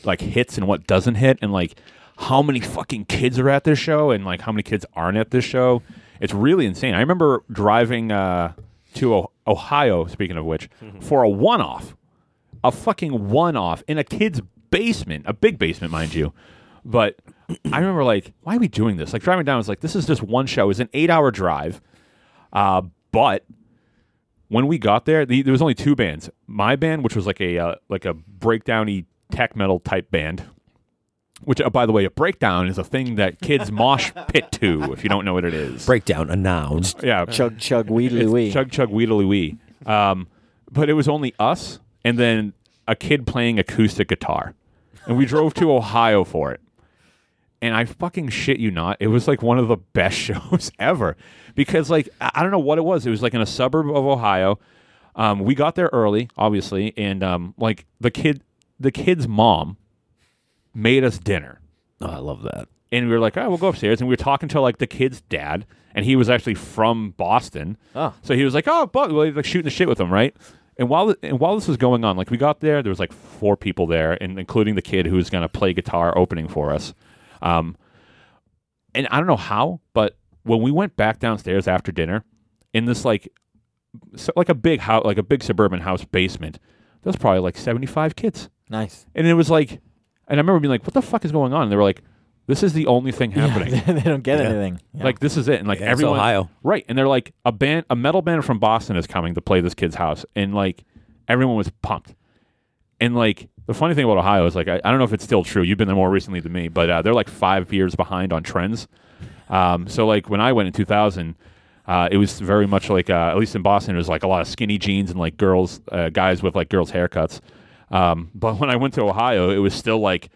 S5: like hits and what doesn't hit, and like how many fucking kids are at this show and like how many kids aren't at this show, it's really insane. I remember driving uh, to o- Ohio. Speaking of which, for a one-off, a fucking one-off in a kid's basement, a big basement, mind you. But I remember like, why are we doing this? Like driving down, I was like, this is just one show. It's an eight-hour drive. Uh, but when we got there, the, there was only two bands. My band, which was like a uh, like a breakdowny tech metal type band, which uh, by the way, a breakdown is a thing that kids mosh pit to. If you don't know what it is,
S8: Breakdown, a noun.
S5: yeah,
S7: Chug, chug, wheedly
S5: it's
S7: wee.
S5: Chug chug wheedly wee. Um, but it was only us and then a kid playing acoustic guitar, and we drove to Ohio for it. And I fucking shit you not, it was like one of the best shows ever because like I I don't know what it was. It was like in a suburb of Ohio. Um, we got there early, obviously, and um, like the kid, the kid's mom made us dinner
S8: Oh, I love that.
S5: and we were like, "Oh, we'll go upstairs." And we were talking to like the kid's dad, and he was actually from Boston.
S7: Oh.
S5: so he was like, "Oh, but well, he was, like shooting the shit with him, right?" And while and while this was going on, like we got there, there was like four people there, and including the kid who was going to play guitar opening for us. Um, and I don't know how, but when we went back downstairs after dinner, in this like so, like a big house, like a big suburban house basement, there was probably like seventy five kids.
S7: Nice.
S5: And it was like, and I remember being like, what the fuck is going on? And they were like, this is the only thing happening.
S7: they don't get anything.
S5: Like, this is it. And like,
S8: Yeah, it's
S5: everyone.
S8: Ohio.
S5: Right. And they're like, a band, a metal band from Boston is coming to play this kid's house. And like, everyone was pumped. And like, the funny thing about Ohio is like, I, I don't know if it's still true. You've been there more recently than me, but uh, they're like five years behind on trends. Um, so like when I went in 2000, uh, it was very much like uh, at least in Boston, it was like a lot of skinny jeans and like girls, uh, guys with like girls' haircuts. Um, but when I went to Ohio, it was still like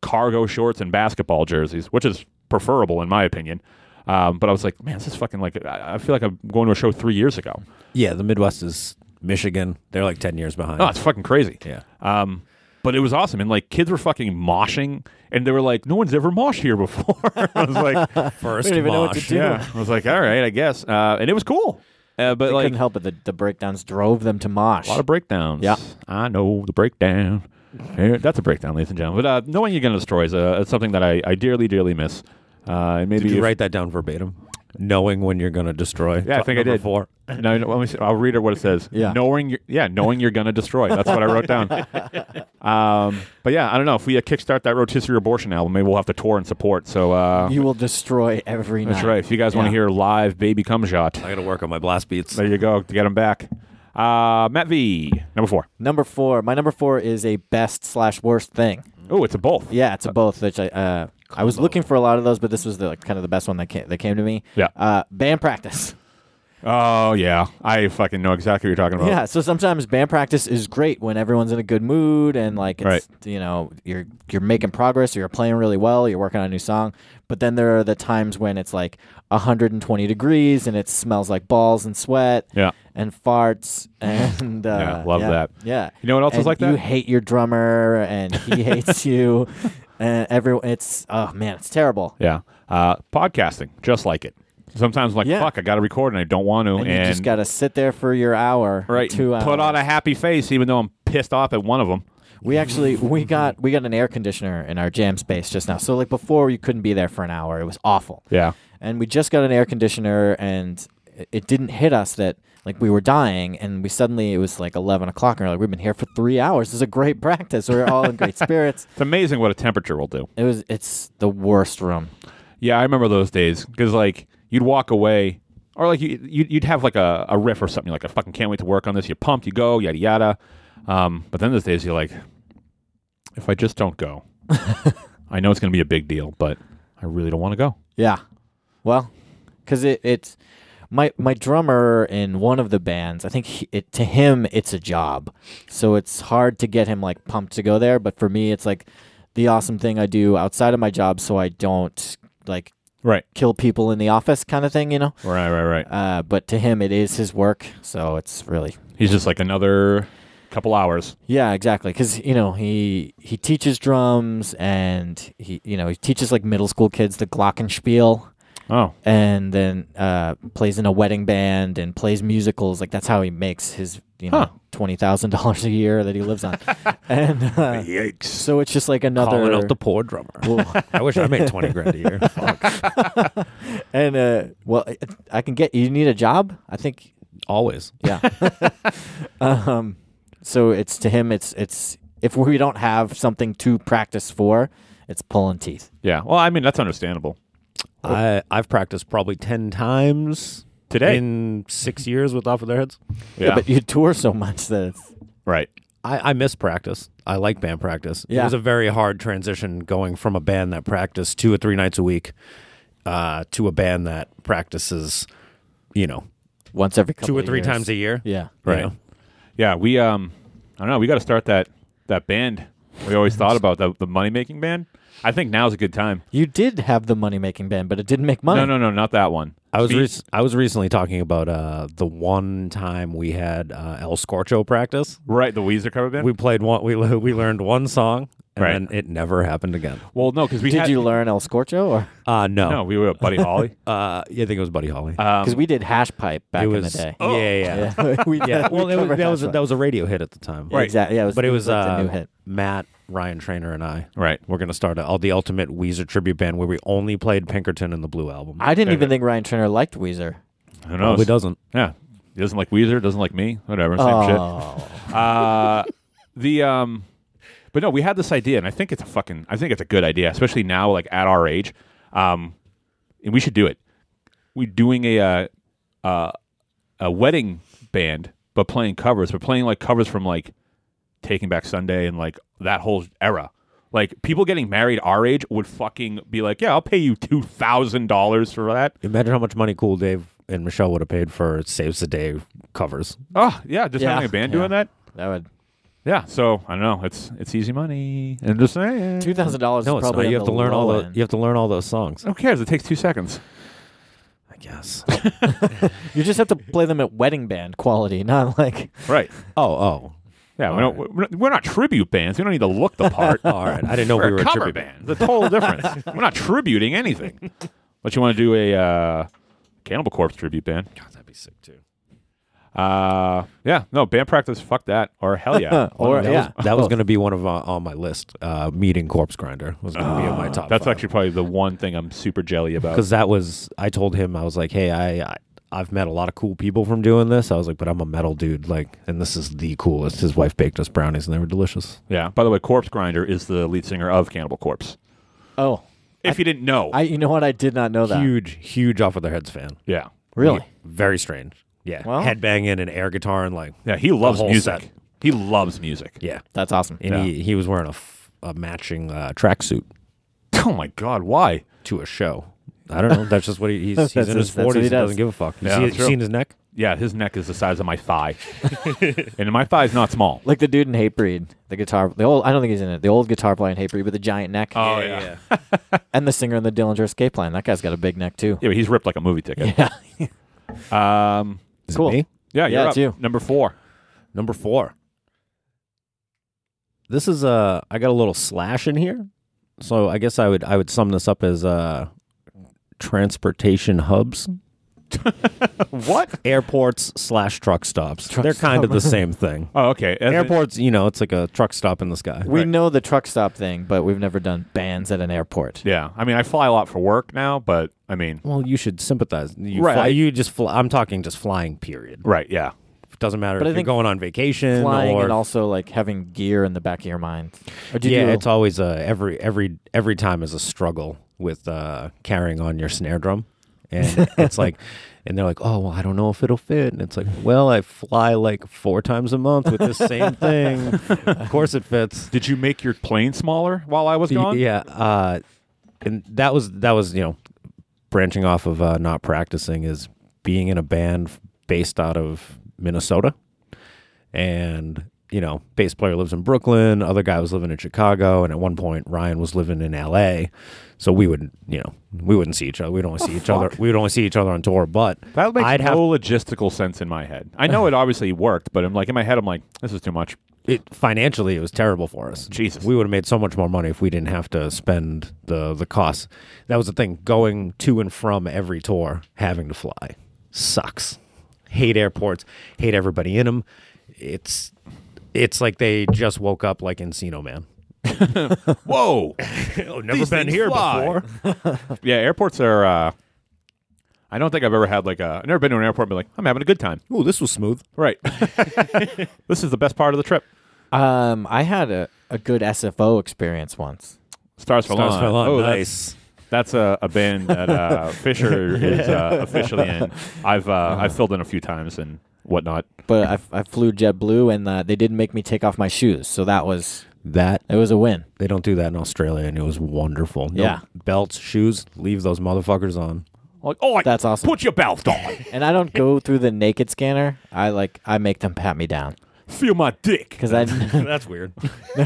S5: cargo shorts and basketball jerseys, which is preferable in my opinion. Um, but I was like, man, this is fucking like I, I feel like I'm going to a show three years ago.
S8: Yeah, the Midwest is Michigan. They're like 10 years behind.
S5: No, it's fucking crazy.
S8: yeah.
S5: Um, but it was awesome, and like kids were fucking moshing, and they were like, "No one's ever moshed here before." I was like,
S8: First
S7: We don't even know what to
S8: mosh.
S7: do.
S5: Yeah, I was like, all right, I guess, uh, and it was cool. Uh, but
S7: They
S5: like
S7: couldn't help it. The, the breakdowns drove them to mosh.
S5: a lot of breakdowns.
S7: Yeah.
S5: I know the breakdown. Here- That's a breakdown, ladies and gentlemen. But uh, knowing you're gonna destroy is uh, it's something that I, I dearly, dearly miss. Uh, and maybe
S8: Did you
S5: if-
S8: write that down verbatim? Knowing when you're going to destroy.
S5: Yeah, I think I
S8: Number
S5: did.
S8: Four.
S5: No, no, let me see. I'll read her what it says.
S7: Yeah.
S5: knowing you're, yeah, knowing you're gonna destroy. That's what I wrote down. um, but yeah, I don't know if we uh, kickstart that rotisserie abortion album, maybe we'll have to tour and support. So uh,
S7: you will destroy every
S5: that's
S7: night.
S5: right. If you guys want to
S7: Yeah.
S5: hear live baby cum shot,
S8: I got to work on my blast beats.
S5: there you go to get them back. Uh, Matt V, number four.
S7: Number four. My number four is a best slash worst thing.
S5: Oh, it's a both.
S7: Yeah, it's a both. Which I uh, I was looking for a lot of those, but this was the like, kind of the best one that came, that came to me.
S5: Yeah.
S7: Uh, band practice.
S5: Oh yeah, I fucking know exactly what you're talking about.
S7: Yeah. So sometimes band practice is great when everyone's in a good mood and like it's you know you're you're making progress, you're playing really well, you're working on a new song. But then there are the times when it's like 120 degrees and it smells like balls and sweat.
S5: Yeah.
S7: And farts and uh,
S5: Yeah, love
S7: yeah,
S5: that.
S7: Yeah.
S5: You know what else is
S7: And
S5: like that?
S7: You hate your drummer and he hates you. And everyone, it's oh man, it's terrible.
S5: Yeah. Uh, podcasting, just like it. Sometimes I'm like,
S7: Yeah.
S5: fuck, I got to record and I don't want to. And,
S7: and, you just gotta sit there for your hour, or
S5: right,
S7: Two hours.
S5: put on a happy face, even though I'm pissed off at one of them.
S7: We actually we got we got an air conditioner in our jam space just now. So like before, you couldn't be there for an hour. It was awful.
S5: Yeah.
S7: And we just got an air conditioner, and it- it didn't hit us that like we were dying, and we suddenly it was like eleven o'clock, and we're like, we've been here for three hours. This is a great practice. We're all in great spirits.
S5: It's amazing what a temperature will do.
S7: It was it's the worst room.
S5: Yeah, I remember those days because like you'd walk away, or like you you'd you'd have like a, a riff or something. You're like I fucking can't wait to work on this. You're pumped. You go yada yada. Um, but then those days you're like, if I just don't go, I know it's going to be a big deal, but I really don't want to go.
S7: Yeah. Well, because it, it's my my drummer in one of the bands. I think he, it, to him it's a job, so it's hard to get him like pumped to go there. But for me, it's like the awesome thing I do outside of my job, so I don't like
S5: Right.
S7: kill people in the office kind of thing, you know.
S5: Right. Right. Right.
S7: Uh, but to him, it is his work, so it's really
S5: He's just like another couple hours.
S7: yeah, exactly. Because you know he he teaches drums and he you know he teaches like middle school kids the glockenspiel.
S5: Oh.
S7: and then uh, plays in a wedding band and plays musicals. Like that's how he makes his you know
S5: Huh.
S7: twenty thousand dollars a year that he lives on. and uh,
S5: Yikes.
S7: so it's just like another.
S8: Calling out the poor drummer.
S7: Well,
S8: I wish I made twenty grand a year. Fuck.
S7: and uh, well, I- I can get you need a job. I think
S8: Always.
S7: yeah. um, so it's to him. It's it's if we don't have something to practice for, it's pulling teeth.
S5: Yeah. Well, I mean that's understandable.
S8: I I've practiced probably ten times
S5: Today.
S8: in six years with off of their heads.
S5: Yeah.
S7: but you tour so much that it's,
S5: right.
S8: I, I miss practice. I like band practice. It
S7: Yeah.
S8: was a very hard transition going from a band that practiced two or three nights a week uh, to a band that practices, you know,
S7: once every couple
S8: two or
S7: of
S8: three
S7: years.
S8: times a year.
S7: Yeah.
S8: you
S5: Right.
S8: know?
S5: Yeah, we um, I don't know. We got to start that that band. We always thought about the the money making band. I think now's a good time.
S7: You did have the money making band, but it didn't make money.
S5: No, no, no, not that one.
S8: I was
S5: Speak-
S8: rec- I was recently talking about uh, the one time we had uh, El Scorcho practice.
S5: right the Weezer cover band.
S8: We played one. We le- we learned one song, and
S5: Right.
S8: then it never happened again.
S5: well, no, because we
S7: Did
S5: had,
S7: you learn El Scorcho or
S8: Uh, no,
S5: No, we were Buddy Holly. Um,
S8: Uh, yeah, I think it was Buddy Holly.
S7: because we did hash pipe back
S8: Um, it
S7: in
S8: was
S7: the day?
S8: yeah, yeah, yeah.
S7: Oh, Yeah, we
S8: Yeah, well,
S7: we
S8: it was,
S7: covered
S8: that was
S7: hash
S8: that was a radio hit at the time,
S7: pipe. exactly. Yeah, it was,
S8: But it was,
S7: like
S8: uh,
S7: the new hit.
S8: Matt, Ryan Trainer, and I.
S5: Right.
S8: we're gonna start a, all the ultimate Weezer tribute band where we only played Pinkerton and the Blue Album.
S7: I didn't
S5: okay.
S7: even think Ryan Turner liked Weezer.
S5: Who knows?
S8: probably doesn't.
S5: Yeah, he doesn't like Weezer. Doesn't like me. Whatever. Same
S7: Oh,
S5: shit. Uh, the um, but no, we had this idea, and I think it's a fucking. I think it's a good idea, especially now, like at our age. Um, and we should do it. We're doing a uh, uh, a wedding band, but playing covers, but playing like covers from like Taking Back Sunday and like that whole era. Like people getting married our age would fucking be like, yeah, I'll pay you two thousand dollars for that.
S8: Imagine how much money Cool Dave and Michelle would have paid for "Saves the Day" covers.
S5: Oh yeah, just
S7: Yeah.
S5: having a band
S7: Yeah.
S5: doing that.
S7: that would
S5: Yeah, so I don't know. It's it's easy money. I'm just saying.
S7: two thousand dollars.
S8: No,
S7: is
S8: it's
S7: probably
S8: not. You
S7: on
S8: have to
S7: the
S8: learn all
S7: low
S8: the.
S7: end.
S8: You have to learn all those songs.
S5: Who cares? It takes two seconds.
S8: I guess.
S7: You just have to play them at wedding band quality, not like
S5: Right.
S8: Oh, oh.
S5: Yeah, we don't, we're, not, we're not tribute bands. We don't need to look the part.
S8: All right. I didn't know
S5: we're
S8: we were
S5: a cover
S8: tribute
S5: band. The total difference. we're not tributing anything. But you want to do a uh, Cannibal Corpse tribute band?
S8: God, that'd be sick too.
S5: Uh, yeah, no band practice. Fuck that. Or hell yeah.
S7: or
S8: that
S7: yeah.
S8: was, that was going to be one of uh, on my list. Uh, meeting Corpse Grinder was going to be on my top.
S5: That's actually probably the one thing I'm super jelly about.
S8: because that was I told him I was like, hey, I, I I've met a lot of cool people from doing this. I was like, but I'm a metal dude, like, and this is the coolest. His wife baked us brownies and they were delicious.
S5: Yeah. By the way, Corpse Grinder is the lead singer of Cannibal Corpse.
S7: oh,
S5: If you didn't know.
S7: I you know what? I did not know that.
S8: Huge, huge off of their heads fan.
S5: yeah.
S7: Really?
S8: Very strange. Yeah,
S7: Well-
S8: headbanging and air guitar and like,
S5: Yeah, he loves
S8: whole
S5: music.
S8: set.
S5: He loves music.
S8: yeah.
S7: That's awesome.
S8: And he he was wearing a, f- a matching uh, tracksuit
S5: Oh my God, why?
S8: to a show. I don't know. That's just what he, he's he's
S7: That's
S8: in
S7: his-
S8: his
S7: that's what
S8: forties.
S7: he
S8: He,
S7: does.
S8: doesn't give a fuck. You
S5: Yeah,
S8: see,
S5: that's
S8: you
S5: true.
S8: seen his neck?
S5: Yeah, his neck is the size of my thigh, and my thigh's not small.
S7: Like the dude in Hatebreed, the guitar, the old—I don't think he's in it. The old guitar player in Hatebreed with the giant neck,
S5: Oh, yeah, yeah,
S7: and the singer in the Dillinger Escape Plan. That guy's got a big neck too.
S5: but he's ripped like a movie ticket.
S7: Yeah,
S5: Um,
S8: Is
S7: Cool.
S8: It me?
S5: yeah, you're
S7: Yeah,
S5: up.
S7: it's you.
S5: Number four.
S8: Number four. This is uh, I got a little slash in here, so I guess I would I would sum this up as uh, transportation hubs.
S5: what?
S8: Airports slash truck stops. They're kind of the same thing.
S5: Oh, okay. And
S8: Airports, you know, it's like a truck stop in the sky.
S7: We know the truck stop thing, but we've never done bans at an airport.
S5: Yeah. I mean, I fly a lot for work now, but I mean,
S8: Well, you should sympathize. You
S5: Right.
S8: Fly, you just fly. I'm talking just flying. Period.
S5: right. Yeah.
S8: It doesn't matter
S7: But I
S8: if you're
S7: think
S8: going on vacation
S7: Flying
S8: or
S7: and also like having gear in the back of your mind. Or did
S8: yeah.
S7: you-
S8: It's always uh, every every every time is a struggle with uh, carrying on your snare drum, and it's like, and they're like, oh, well, I don't know if it'll fit, and it's like, well, I fly like four times a month with the same thing. of course, it fits.
S5: Did you make your plane smaller while I was
S8: Y-
S5: gone?
S8: Yeah, uh, and that was that was you know branching off of uh, not practicing is being in a band f- based out of Minnesota, and you know bass player lives in Brooklyn, other guy was living in Chicago, and at one point Ryan was living in L.A. So we would you know we wouldn't see each other. We'd only see each other. We would only see each other on tour. But
S5: Oh, That makes
S8: I'd have
S5: no logistical sense in my head. I know it obviously worked, but I'm like in my head, I'm like, this is too much.
S8: it financially it was terrible for us.
S5: Jesus.
S8: We would have made so much more money if we didn't have to spend the the costs. That was the thing going to and from every tour, having to fly. Sucks. Hate airports, hate everybody in them. It's it's like they just woke up like Encino Man.
S5: Whoa.
S8: Oh, never
S5: These
S8: been
S5: things
S8: here
S5: fly.
S8: before.
S5: yeah, airports are. Uh, I don't think I've ever had like a. I've never been to an airport and be like, I'm having a good time.
S8: Oh, this was smooth.
S5: Right. this is the best part of the trip.
S7: Um, I had a, a good SFO experience once.
S5: Stars for
S8: Stars
S5: Lawn.
S8: Fell On,
S5: Oh,
S8: nice.
S5: That's, that's a, a band that uh, Fisher is uh, officially in. I've uh,
S8: Uh-huh.
S5: I've filled in a few times and whatnot.
S7: But I, f- I flew JetBlue, and uh, they didn't make me take off my shoes, so that was
S8: That
S7: it was a win.
S8: they don't do that in Australia, and it was wonderful. No
S7: Yeah.
S8: belts, shoes, leave those motherfuckers on.
S5: Like, oh, I-
S7: That's awesome.
S5: Put your belt on.
S7: And I don't go through the naked scanner. I like I make them pat me down
S5: Feel my dick.
S7: because I
S8: That's weird.
S5: He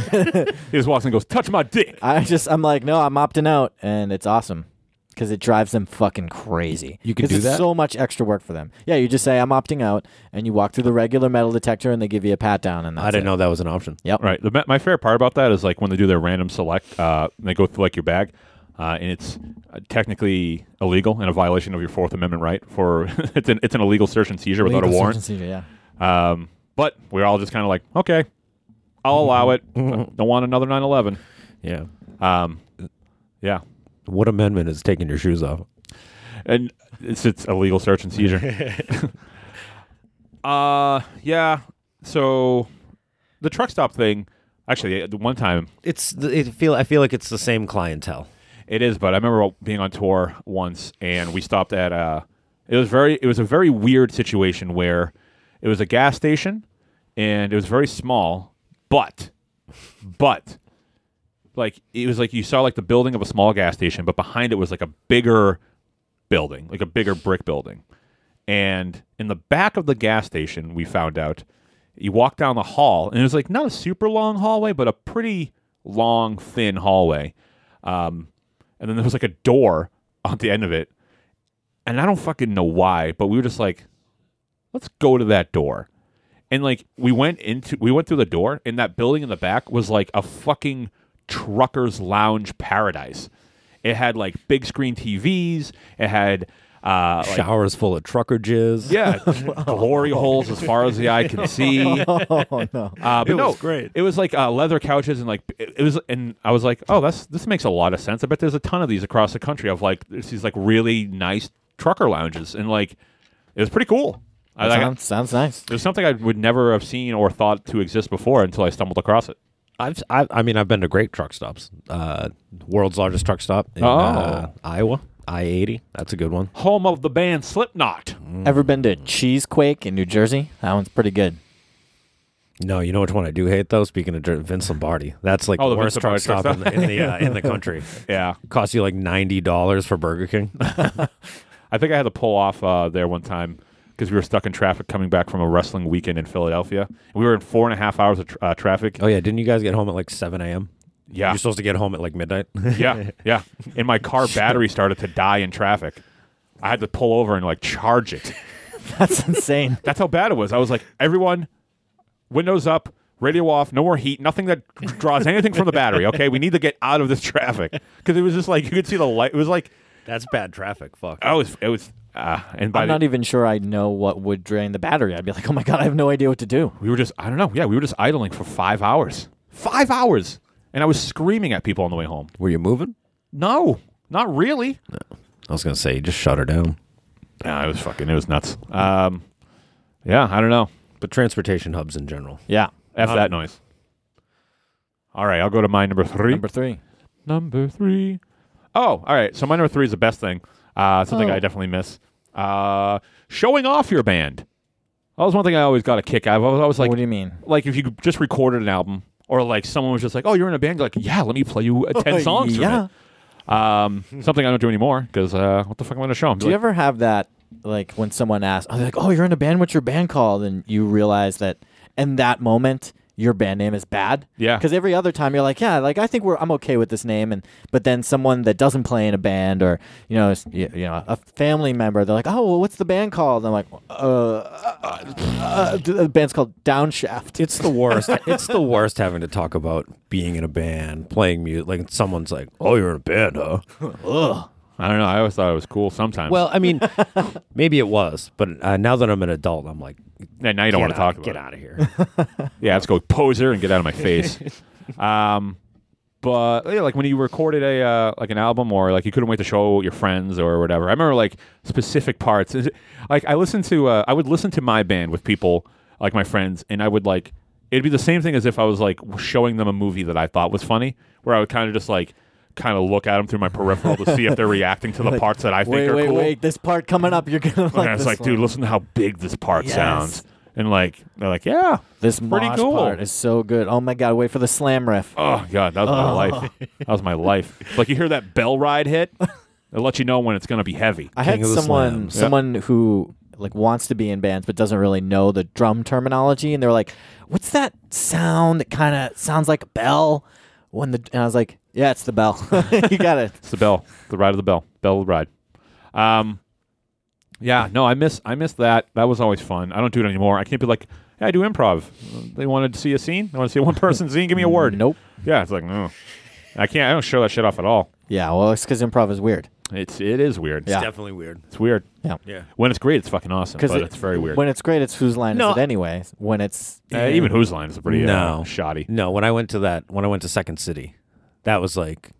S5: just walks in and goes, touch my dick.
S7: I just I'm like no, I'm opting out, and it's awesome because it drives them fucking crazy.
S8: You can
S7: 'Cause
S8: do
S7: it's
S8: that?
S7: So much extra work for them. Yeah, you just say I'm opting out, and you walk through the regular metal detector, and they give you a pat down, and that's
S8: I didn't
S7: it.
S8: know that was an option.
S7: Yep.
S5: Right. The, my- my favorite part about that is like when they do their random select, uh, and they go through like your bag, uh, and it's uh, technically illegal and a violation of your Fourth Amendment right for it's an it's an illegal search and seizure without
S7: Legal
S5: a warrant.
S7: search and seizure, Yeah.
S5: Um, but we're all just kind of like, okay, I'll allow it. Don't want another 9/11.
S8: Yeah.
S5: Um, yeah,
S8: What amendment is taking your shoes off?
S5: and it's it's illegal search and seizure. uh, yeah. So the truck stop thing. Actually, uh, the one time
S8: It's the- it feel I feel like it's the same clientele.
S5: It is, but I remember being on tour once, and we stopped at. Uh, it was very. It was a very weird situation where it was a gas station, and it was very small, but, but, like it was like you saw like the building of a small gas station, but behind it was like a bigger building, like a bigger brick building, and in the back of the gas station, we found out. You walk down the hall, and it was like not a super long hallway, but a pretty long, thin hallway. Um, and then there was like a door on the end of it. And I don't fucking know why, but we were just like, let's go to that door. And like we went into we went through the door and that building in the back was like a fucking truckers lounge paradise. It had like big screen TVs, it had uh like,
S8: Showers full of trucker jizz.
S5: yeah, glory holes as far as the eye can see.
S7: Oh no.
S5: Uh, but
S8: It
S5: no,
S8: was great.
S5: It was like uh, leather couches and like it, it was, and I was like, oh, that's this makes a lot of sense. I bet there's a ton of these across the country of like there's these like really nice trucker lounges, and like it was pretty cool. I like
S7: sounds, sounds nice.
S5: it was something I would never have seen or thought to exist before until I stumbled across it.
S8: I've I, I mean I've been to great truck stops. Uh, world's largest truck stop in uh,
S5: Oh.
S8: Iowa, I eighty. That's a good one.
S5: Home of the band Slipknot.
S7: Ever been to Cheesequake in New Jersey? That one's pretty good.
S8: No, you know which one I do hate though. Speaking of dr- Vince Lombardi, that's like
S5: Oh,
S8: the
S5: the
S8: worst
S5: Vince
S8: truck
S5: Lombardi
S8: stop
S5: truck
S8: in the in the, uh, in the country.
S5: Yeah,
S8: Costs you like ninety dollars for Burger King.
S5: I think I had to pull off uh, there one time because we were stuck in traffic coming back from a wrestling weekend in Philadelphia. We were in four and a half hours of tr uh, traffic.
S8: oh yeah, didn't you guys get home at like seven a.m.?
S5: Yeah,
S8: You're supposed to get home at like midnight.
S5: Yeah, yeah. And my car battery started to die in traffic. I had to pull over and like charge it.
S7: That's insane.
S5: That's how bad it was. I was like, everyone, windows up, radio off, no more heat, nothing that draws anything from the battery. Okay, we need to get out of this traffic because it was just like you could see the light. It was like
S8: That's bad traffic. Fuck.
S5: I was it was uh, and by
S7: I'm
S5: the-
S7: not even sure I know what would drain the battery. I'd be like, oh my god, I have no idea what to do.
S5: we were just I don't know yeah we were just idling for five hours five hours and I was screaming at people on the way home
S8: Were you moving?
S5: no not really
S8: I was gonna say just shut her down.
S5: no it was fucking it was nuts um yeah I don't know
S8: But transportation hubs in general.
S5: yeah f that noise all right I'll go to my number three
S7: Number three.
S5: Number three. Oh, all right. So my number three is the best thing. Uh, something I definitely miss. Uh, showing off your band. That was one thing I always got a kick out of. I was always like,
S7: what do you mean?
S5: like if you just recorded an album, or like someone was just like, "Oh, you're in a band." You're like, yeah, let me play you uh,
S8: Oh,
S5: ten songs. from
S7: yeah.
S5: it." Um, something I don't do anymore because uh, what the fuck am I going to show them?
S7: Do you ever have that, like when someone asks, "Oh, they're like, oh, you're in a band. What's your band called?" And you realize that in that moment, your band name is bad.
S5: Yeah.
S7: Because every other time you're like, yeah, like I think we're I'm okay with this name, and but then someone that doesn't play in a band or you know s- you, you know a family member, they're like, oh, well, what's the band called? And I'm like, uh, uh, uh, d- the band's called Downshaft.
S8: It's the worst. it's the worst having to talk about being in a band, playing music. Like someone's like, "Oh, you're in a band, huh?"
S5: I don't know. I always thought it was cool. Sometimes.
S8: Well, I mean, maybe it was, but uh, now that I'm an adult, I'm like,
S5: Yeah, now you don't want to
S8: "Get
S5: talk
S8: out-
S5: about.
S8: Get
S5: it.
S8: out of here.
S5: Yeah, let's go poser and get out of my face. um, but yeah, like when you recorded a uh, like an album or like you couldn't wait to show your friends or whatever. I remember like specific parts. Is it- Like I listened to uh, I would listen to my band with people like my friends, and I would like it'd be the same thing as if I was like showing them a movie that I thought was funny, where I would kind of just like kind of look at them through my peripheral to see if they're reacting to the parts that I think
S7: Wait,
S5: are
S7: wait,
S5: cool.
S7: wait! This part coming up, you're gonna like.
S5: and it's
S7: this
S5: like,
S7: one.
S5: dude, listen to how big this part
S7: Yes.
S5: sounds. And like they're like, yeah,
S7: This
S5: pretty
S7: mosh
S5: cool.
S7: part is so good. Oh my god! Wait for the slam riff.
S5: Oh god, that was my life. That was my life. It's Like you hear that bell ride hit, it lets you know when it's gonna be heavy.
S7: I
S8: King
S7: had
S8: of the
S7: someone
S8: Slams.
S5: Yeah.
S7: someone who like wants to be in bands but doesn't really know the drum terminology, and they're like, "What's that sound that kind of sounds like a bell?" When the and I was like, "Yeah, it's the bell. you got it."
S5: It's the bell, the ride of the bell, bell ride. Um, yeah, no, I miss I miss that. That was always fun. I don't do it anymore. I can't be like, hey, I do improv. They wanted to see a scene. They want to see one person scene. Give me a word.
S7: Nope.
S5: Yeah, it's like no, I can't. I don't show that shit off at all.
S7: Yeah, well, it's because improv is weird.
S5: It's it is weird.
S7: Yeah.
S8: Definitely weird.
S5: it's weird.
S7: Yeah.
S8: Yeah.
S5: When it's great, it's fucking awesome. But
S7: it-
S5: it's very weird.
S7: When it's great, it's whose line
S8: No,
S7: is it anyway? When it's
S5: Uh, even whose line is pretty uh,
S8: no
S5: shoddy.
S8: No, when I went to that, when I went to Second City, that was like,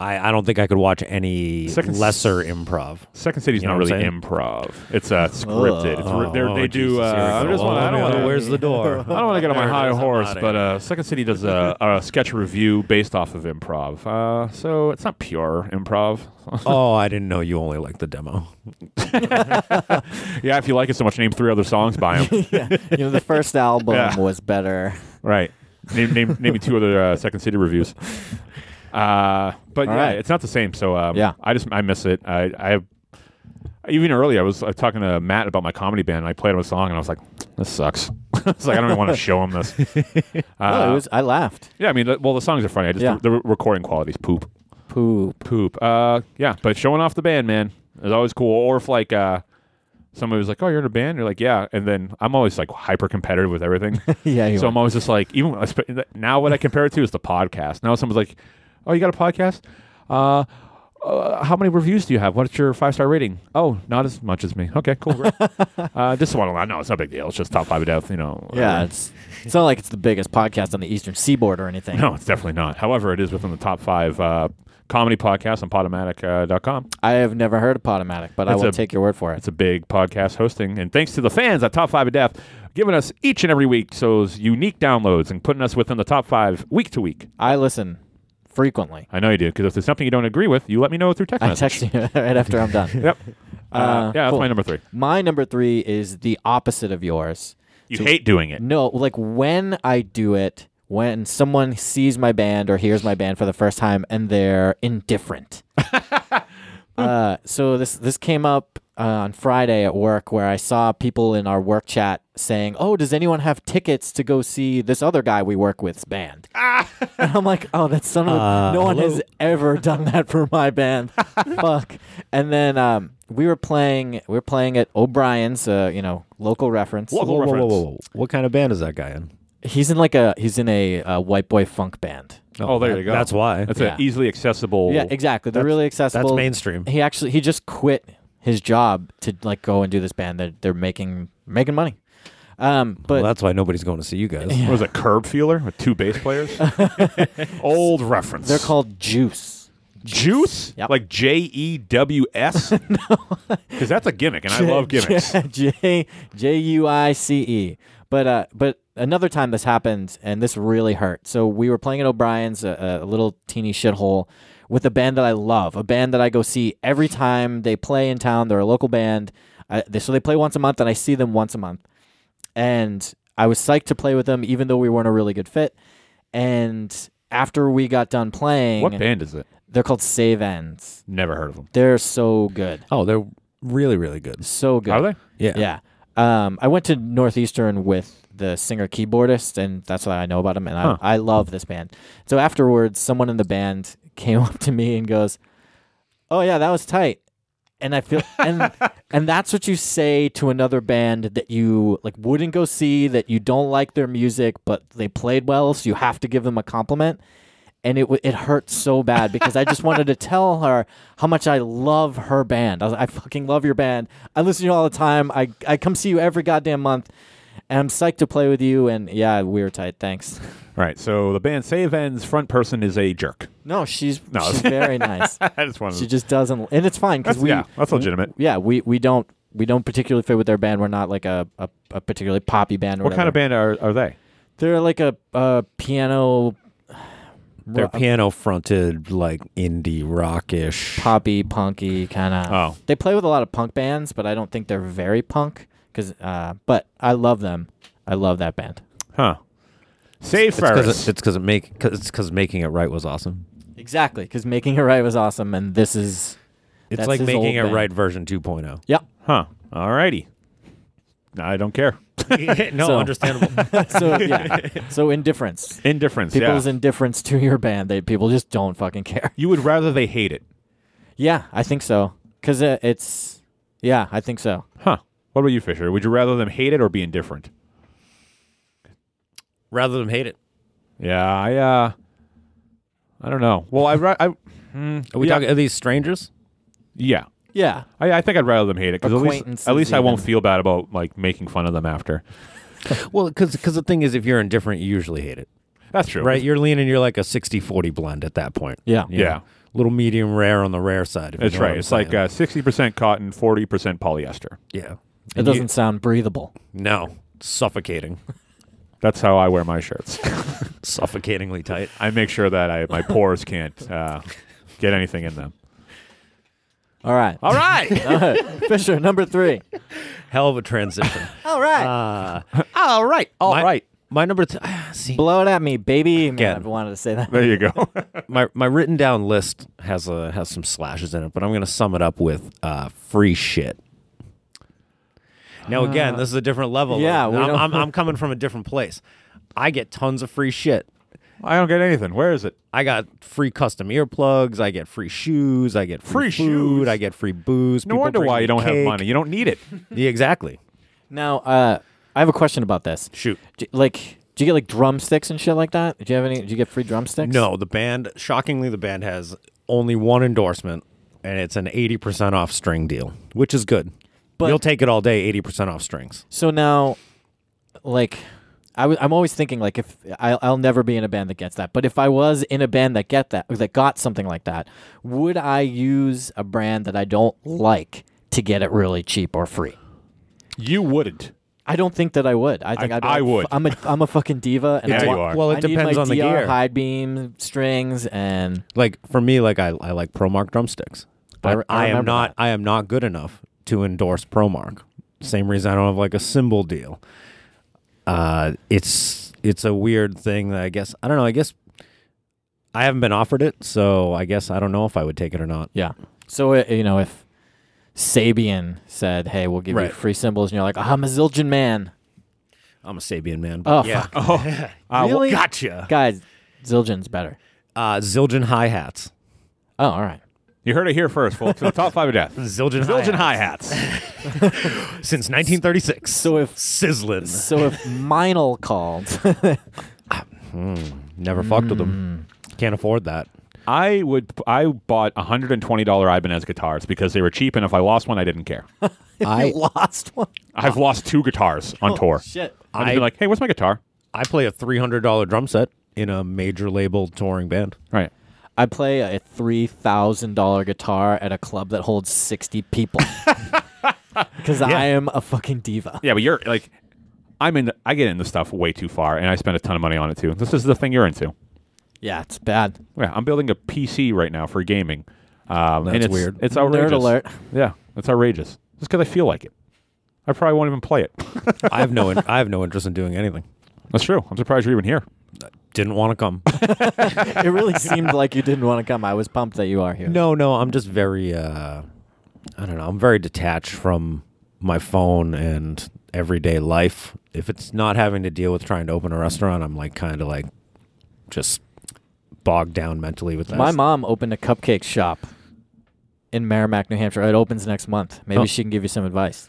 S8: I, I don't think I could watch any
S5: Second
S8: lesser improv.
S5: Second City's
S8: You know
S5: not
S8: what I'm
S5: really
S8: saying?
S5: improv. It's uh, scripted. It's re-
S8: Oh,
S5: they're- they do. Uh, I just wanna, I don't want to.
S8: Where's the door?
S5: I don't want to get on my high horse, but uh, Second City does a, a sketch review based off of improv. Uh, so it's not pure improv.
S8: oh, I didn't know you only liked the demo.
S5: yeah, if you like it so much, name three other songs by him.
S7: you know the first album
S5: Yeah.
S7: was better.
S5: right. Name name name me two other uh, Second City reviews. Uh, but
S7: All
S5: yeah,
S7: right.
S5: it's not the same. So um,
S7: Yeah.
S5: I just I miss it. I I even earlier I was uh, talking to Matt about my comedy band. and I played him a song and I was like, this sucks. it's like I don't even want to show him this.
S7: oh,
S5: Uh,
S7: it was. I laughed.
S5: yeah, I mean, the- well, the songs are funny. I just
S7: Yeah.
S5: the, the recording quality's poop.
S7: Poop.
S5: poop. Uh, yeah, but showing off the band, man, is always cool. Or if like uh, somebody was like, "Oh, you're in a band," you're like, "Yeah," and then I'm always like hyper competitive with everything.
S7: Yeah, you
S5: so I'm
S7: are.
S5: always just like, even I spe- now, what I compare it to is the podcast. Now someone's like, "Oh, you got a podcast? Uh, uh, how many reviews do you have? What's your five star rating? Oh, not as much as me. Okay, cool. Great. uh, just want to know. It's not a big deal. It's just top five of death. You know. Uh,
S7: Yeah,
S5: whatever.
S7: it's it's not like it's the biggest podcast on the Eastern Seaboard or anything.
S5: No, it's definitely not. However, it is within the top five uh, comedy podcasts on Podomatic.com. Uh, dot com.
S7: I have never heard of Podomatic, but I
S5: It's
S7: will
S5: a-
S7: take your word for it.
S5: It's a big podcast hosting, and thanks to the fans at Top Five of Death, giving us each and every week those unique downloads and putting us within the top five week to week.
S7: I listen frequently.
S5: I know you do, because if there's something you don't agree with, you let me know through text
S7: I
S5: message.
S7: text you right after I'm done.
S5: Yep. Uh,
S7: Uh,
S5: yeah, that's
S7: cool.
S5: my number three.
S7: My number three is the opposite of yours.
S5: You hate doing it.
S7: No, like when I do it, when someone sees my band or hears my band for the first time and they're indifferent. uh, so this this came up uh, on Friday at work where I saw people in our work chat saying, "Oh, does anyone have tickets to go see this other guy we work with's band?"
S5: Ah.
S7: and I'm like, "Oh, that's son of a- no one has ever done that for my band." Fuck. And then um, we were playing we were playing at O'Brien's, uh, you know, local reference.
S5: Local
S8: Whoa, whoa, whoa,
S5: reference.
S8: whoa, whoa. What kind of band is that guy in?
S7: He's in like a he's in a, uh white boy funk band.
S5: Oh, there you go.
S8: That's why.
S5: That's
S7: Yeah.
S5: an easily accessible.
S7: Yeah, exactly. They're really accessible.
S8: Oh. mainstream.
S7: He actually he just quit his job to like go and do this band. They're they're making making money. Um, but
S8: well, that's why nobody's going to see you guys.
S5: What was it? Curb feeler with two bass players. Old reference.
S7: they're called Juice.
S5: Juice,
S7: Yep.
S5: like J E W S. because that's a gimmick, and I love gimmicks.
S7: J J U I C E. But uh, but another time this happened, and this really hurt. So we were playing at O'Brien's, a, a little teeny shithole, with a band that I love, a band that I go see every time they play in town. They're a local band. I, they, so they play once a month, and I see them once a month. and I was psyched to play with them, even though we weren't a really good fit. And after we got done playing,
S5: what band is it?
S7: they're called Save Ends.
S5: Never heard of them.
S7: They're so good,
S8: Oh, they're really, really good.
S7: so good.
S5: Are they?
S8: Yeah.
S7: Yeah. Um, I went to Northeastern with the singer keyboardist, and that's why I know about him. And
S5: Huh.
S7: I, I love this band. So afterwards, someone in the band came up to me and goes, "Oh yeah, that was tight." And I feel and and that's what you say to another band that you like wouldn't go see that you don't like their music, but they played well, so you have to give them a compliment. And it wa- it hurt so bad because I just wanted to tell her how much I love her band. I, was, like, I fucking love your band. I listen to you all the time. I I come see you every goddamn month, and I'm psyched to play with you. And yeah, we were tight. Thanks.
S5: All right. So the band Save Ends front person is a jerk.
S7: No, she's
S5: No.
S7: she's very nice.
S5: I just wanted.
S7: She
S5: To,
S7: just doesn't, and it's fine because
S5: that's,
S7: we
S5: yeah, that's legitimate.
S7: yeah, we we don't we don't particularly fit with their band. We're not like a, a, a particularly poppy band. Or
S5: What kind of band are, are they?
S7: They're like a, a piano
S8: They're
S7: ro-
S8: piano fronted, like indie rockish.
S7: poppy punky kind of.
S5: Oh.
S7: They play with a lot of punk bands, but I don't think they're very punk. Cause, uh, but I love them. I love that band.
S5: Huh. Save
S8: It's 'cause
S5: Ferris.
S8: it- It's because it, make cause it's because making it right was awesome.
S7: Exactly, because making it right was awesome, and this is
S8: It's
S7: That's
S8: like
S7: his old
S8: making it
S7: band.
S8: right version oh. 2.0.
S7: yeah.
S5: Huh. All righty. I don't care.
S8: no,
S7: So-
S8: understandable.
S7: So yeah, so indifference.
S5: Indifference.
S7: People's
S5: yeah.
S7: indifference to your band. They people just don't fucking care.
S5: you would rather they hate it.
S7: Yeah, I think so. Cause uh, it's yeah, I think so.
S5: Huh. What about you, Fisher? Would you rather them hate it or be indifferent?
S8: Rather than hate it.
S5: Yeah, I uh I don't know. Well, I ra- I
S8: Are we
S5: Yeah.
S8: talking? Are these strangers?
S5: yeah.
S7: Yeah,
S5: I, I think I'd rather them hate it because at least
S7: Acquaintances
S5: at least I won't
S7: even.
S5: feel bad about like making fun of them after.
S8: Well, because the thing is, if you're indifferent, you usually hate it,
S5: That's true.
S8: right? You're leaning, you're like a 60-40 blend at that point.
S7: yeah,
S5: Yeah.
S8: little medium rare on the rare side. If you
S5: That's
S8: know what
S5: right.
S8: I'm
S5: It's
S8: saying.
S5: like uh, 60% cotton, 40% polyester.
S8: yeah.
S7: It
S8: And you-
S7: doesn't sound breathable.
S8: no suffocating,
S5: That's how I wear my shirts.
S8: suffocatingly tight.
S5: I make sure that I my pores can't uh, get anything in them.
S7: All right,
S8: All right,
S7: Fisher number three.
S8: hell of a transition.
S7: All right,
S5: All right. all right.
S8: my, My number. Th- see,
S7: blow it at me, baby. Man,
S8: Again.
S7: I wanted to say that.
S5: There you go.
S8: my my written down list has a has some slashes in it, but I'm gonna sum it up with uh, free shit. Now
S5: Uh,
S8: again, this is a different level.
S7: yeah, we
S8: I'm,
S7: don't-
S8: I'm, I'm coming from a different place. I get tons of free shit.
S5: I don't get anything. Where is it?
S8: I got free custom earplugs. I get free shoes. I get free,
S5: Free
S8: food.
S5: shoes?
S8: I get free booze.
S5: No
S8: People
S5: wonder
S8: bring
S5: why
S8: me
S5: you don't have
S8: cake.
S5: money. You don't need it.
S8: Yeah, exactly.
S7: Now, uh, I have a question about this.
S8: Shoot.
S7: D- like, do you get like drumsticks and shit like that? Do you have any? Do you get free drumsticks?
S8: No, the band. Shockingly, the band has only one endorsement, and it's an eighty percent off string deal, which is good.
S7: But-
S8: You'll take it all day. Eighty percent off strings.
S7: So now, like, I w- I'm always thinking like if I'll, I'll never be in a band that gets that, but if I was in a band that get that that got something like that, would I use a brand that I don't like to get it really cheap or free?
S5: You wouldn't.
S7: I don't think that I would. I think
S5: I-
S7: I'd be like,
S5: I would.
S7: "F- I'm a I'm a fucking diva, and
S5: Yeah,
S7: I
S5: you
S7: want,
S5: are.
S8: Well, it
S7: I need
S8: depends
S7: my
S8: on the
S7: DR
S8: gear.
S7: high beam strings, and
S8: Like for me, like I, I like Promark drumsticks,
S7: I
S8: but
S7: re- I
S8: I, am
S7: remember
S8: not I am not good enough to endorse Promark. Same reason I don't have like a cymbal deal. Uh, it's it's a weird thing that I guess I don't know. I guess I haven't been offered it, so I guess I don't know if I would take it or not.
S7: yeah. So uh, you know, if Sabian said, "Hey, we'll give you
S8: Right.
S7: free cymbals," and you're like, "I'm a Zildjian man,"
S8: I'm a Sabian man.
S7: Oh,
S8: but yeah.
S7: fuck.
S5: Oh, uh,
S7: Really?
S8: Gotcha.
S7: guys, Zildjian's better.
S8: Uh, Zildjian hi hats.
S7: Oh, all right.
S5: You heard it here first, folks. The top five of death.
S8: Zildjian,
S5: Zildjian
S8: hi
S5: hi hats.
S8: since 1936.
S7: So if
S8: sizzling.
S7: so if Meinl called,
S8: Never fucked with them. can't afford that.
S5: I would. I bought hundred and twenty dollar Ibanez guitars because they were cheap, and if I lost one, I didn't care.
S8: I
S7: lost one.
S5: I've lost two guitars on tour.
S7: Shit.
S5: I've been
S8: I-
S5: like, hey, where's my guitar?
S8: I play a three hundred dollar drum set in a major label touring band.
S5: Right.
S7: I play a three thousand dollar guitar at a club that holds sixty people. Because I am a fucking diva.
S5: Yeah, but you're like, I'm in. I get into stuff way too far, and I spend a ton of money on it too. This is the thing you're into.
S7: Yeah, it's bad.
S5: Yeah, I'm building a PC right now for gaming. Um, and
S8: That's
S5: it's,
S8: weird.
S5: It's outrageous.
S7: alert.
S5: Yeah, it's outrageous. Just because I feel like it. I probably won't even play it.
S8: I have no in- I have no interest in doing anything.
S5: That's true. I'm surprised you're even here.
S8: Didn't want to come.
S7: It really seemed like you didn't want to come. I was pumped that you are here.
S8: no, no, I'm just very uh I don't know, I'm very detached from my phone and everyday life. If it's not having to deal with trying to open a restaurant, I'm like kind of like just bogged down mentally with that.
S7: My mom opened a cupcake shop in Merrimack, New Hampshire. It opens next month. Maybe
S8: Oh.
S7: she can give you some advice.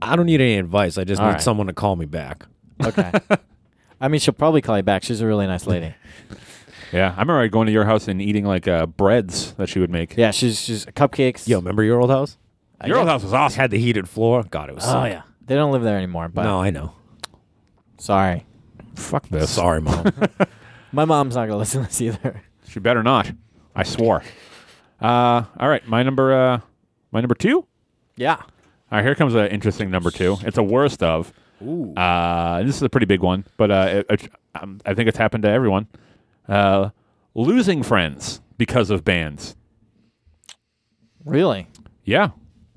S8: I don't need any advice. I just
S7: All
S8: need
S7: right.
S8: someone to call me back.
S7: Okay. I mean, she'll probably call you back. She's a really nice lady.
S5: Yeah, I remember going to your house and eating like uh, breads that she would make.
S7: Yeah, she's she's cupcakes.
S8: Yo, remember your old house?
S5: your old house was awesome.
S8: Had the heated floor. God, it was.
S7: Oh
S8: sick.
S7: yeah, they don't live there anymore. But
S8: No, I know.
S7: sorry,
S5: Fuck this.
S8: Sorry, mom.
S7: my mom's not gonna listen to this either.
S5: She better not. I swore. Uh, all right, my number. Uh, my number two.
S7: Yeah.
S5: All right, here comes an interesting number two. It's a worst of. Ooh. Uh, this is a pretty big one, but uh, it, it, um, I think it's happened to everyone. Uh, losing friends because of bands.
S7: Really?
S5: Yeah,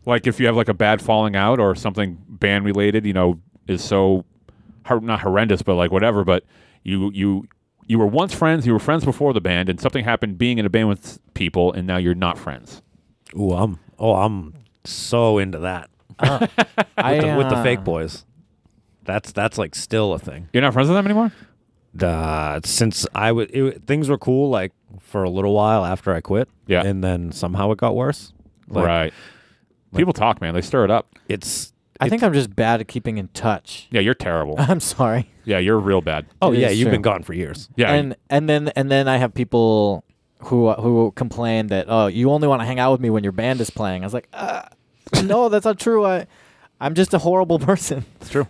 S5: like if you have like a bad falling out or something band related, you know, is so hor- not horrendous, but like whatever. But you you you were once friends. You were friends before the band, and something happened being in a band with people, and now you're not friends.
S8: Ooh, I'm. Oh, I'm so into that
S7: I,
S8: The- with the
S7: uh,
S8: fake boys. That's that's like still a thing.
S5: You're not friends with them anymore.
S8: The since I was it, things were cool like for a little while after I quit.
S5: Yeah.
S8: and then somehow it got worse. Like,
S5: right. People talk, man. They stir it up.
S8: It's.
S7: I think I'm just bad at keeping in touch.
S5: Yeah, you're terrible.
S7: I'm sorry.
S5: yeah, you're real bad.
S8: Oh
S7: It
S8: yeah,
S7: is
S8: you've
S7: true.
S8: been gone for years.
S5: Yeah.
S7: And and then and then I have people who who complain that oh you only want to hang out with me when your band is playing. I was like, uh, no, that's not true. I I'm just a horrible person.
S5: it's true.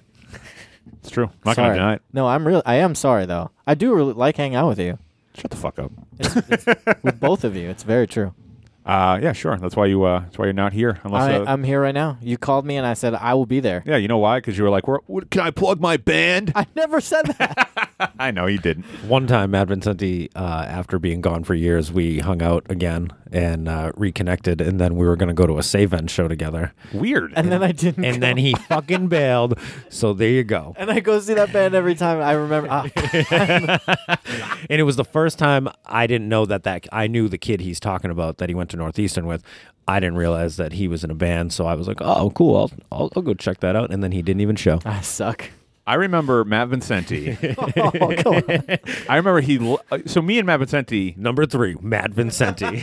S5: It's true. I'm not
S7: sorry.
S5: gonna deny it.
S7: No, I'm real. I am sorry though. I do really like hanging out with you,
S5: Shut the fuck up.
S7: with both of you. It's very true.
S5: Uh, yeah, sure. That's why you. Uh, that's why you're not here. Unless.
S7: I,
S5: uh,
S7: I'm here right now. You called me and I said I will be there.
S5: yeah, you know why? Because you were like, we're, what, "Can I plug my band?"
S7: I never said that.
S5: I know you didn't.
S8: One time, Matt Vincenti, uh, after being gone for years, we hung out again and uh, reconnected, and then we were going to go to a save end show together.
S5: Weird.
S7: and then I didn't.
S8: And then he fucking bailed. So there you go.
S7: and I go see that band every time. I remember. ah.
S8: And it was the first time I didn't know that that I knew the kid he's talking about that he went to Northeastern with. I didn't realize that he was in a band, so I was like, "Oh, cool! I'll I'll, I'll go check that out." And then he didn't even show.
S7: I suck.
S5: I remember Matt Vincenti.
S7: Oh, come on.
S5: I remember he. l- uh, So me and Matt Vincenti,
S8: Number three, Matt Vincenti.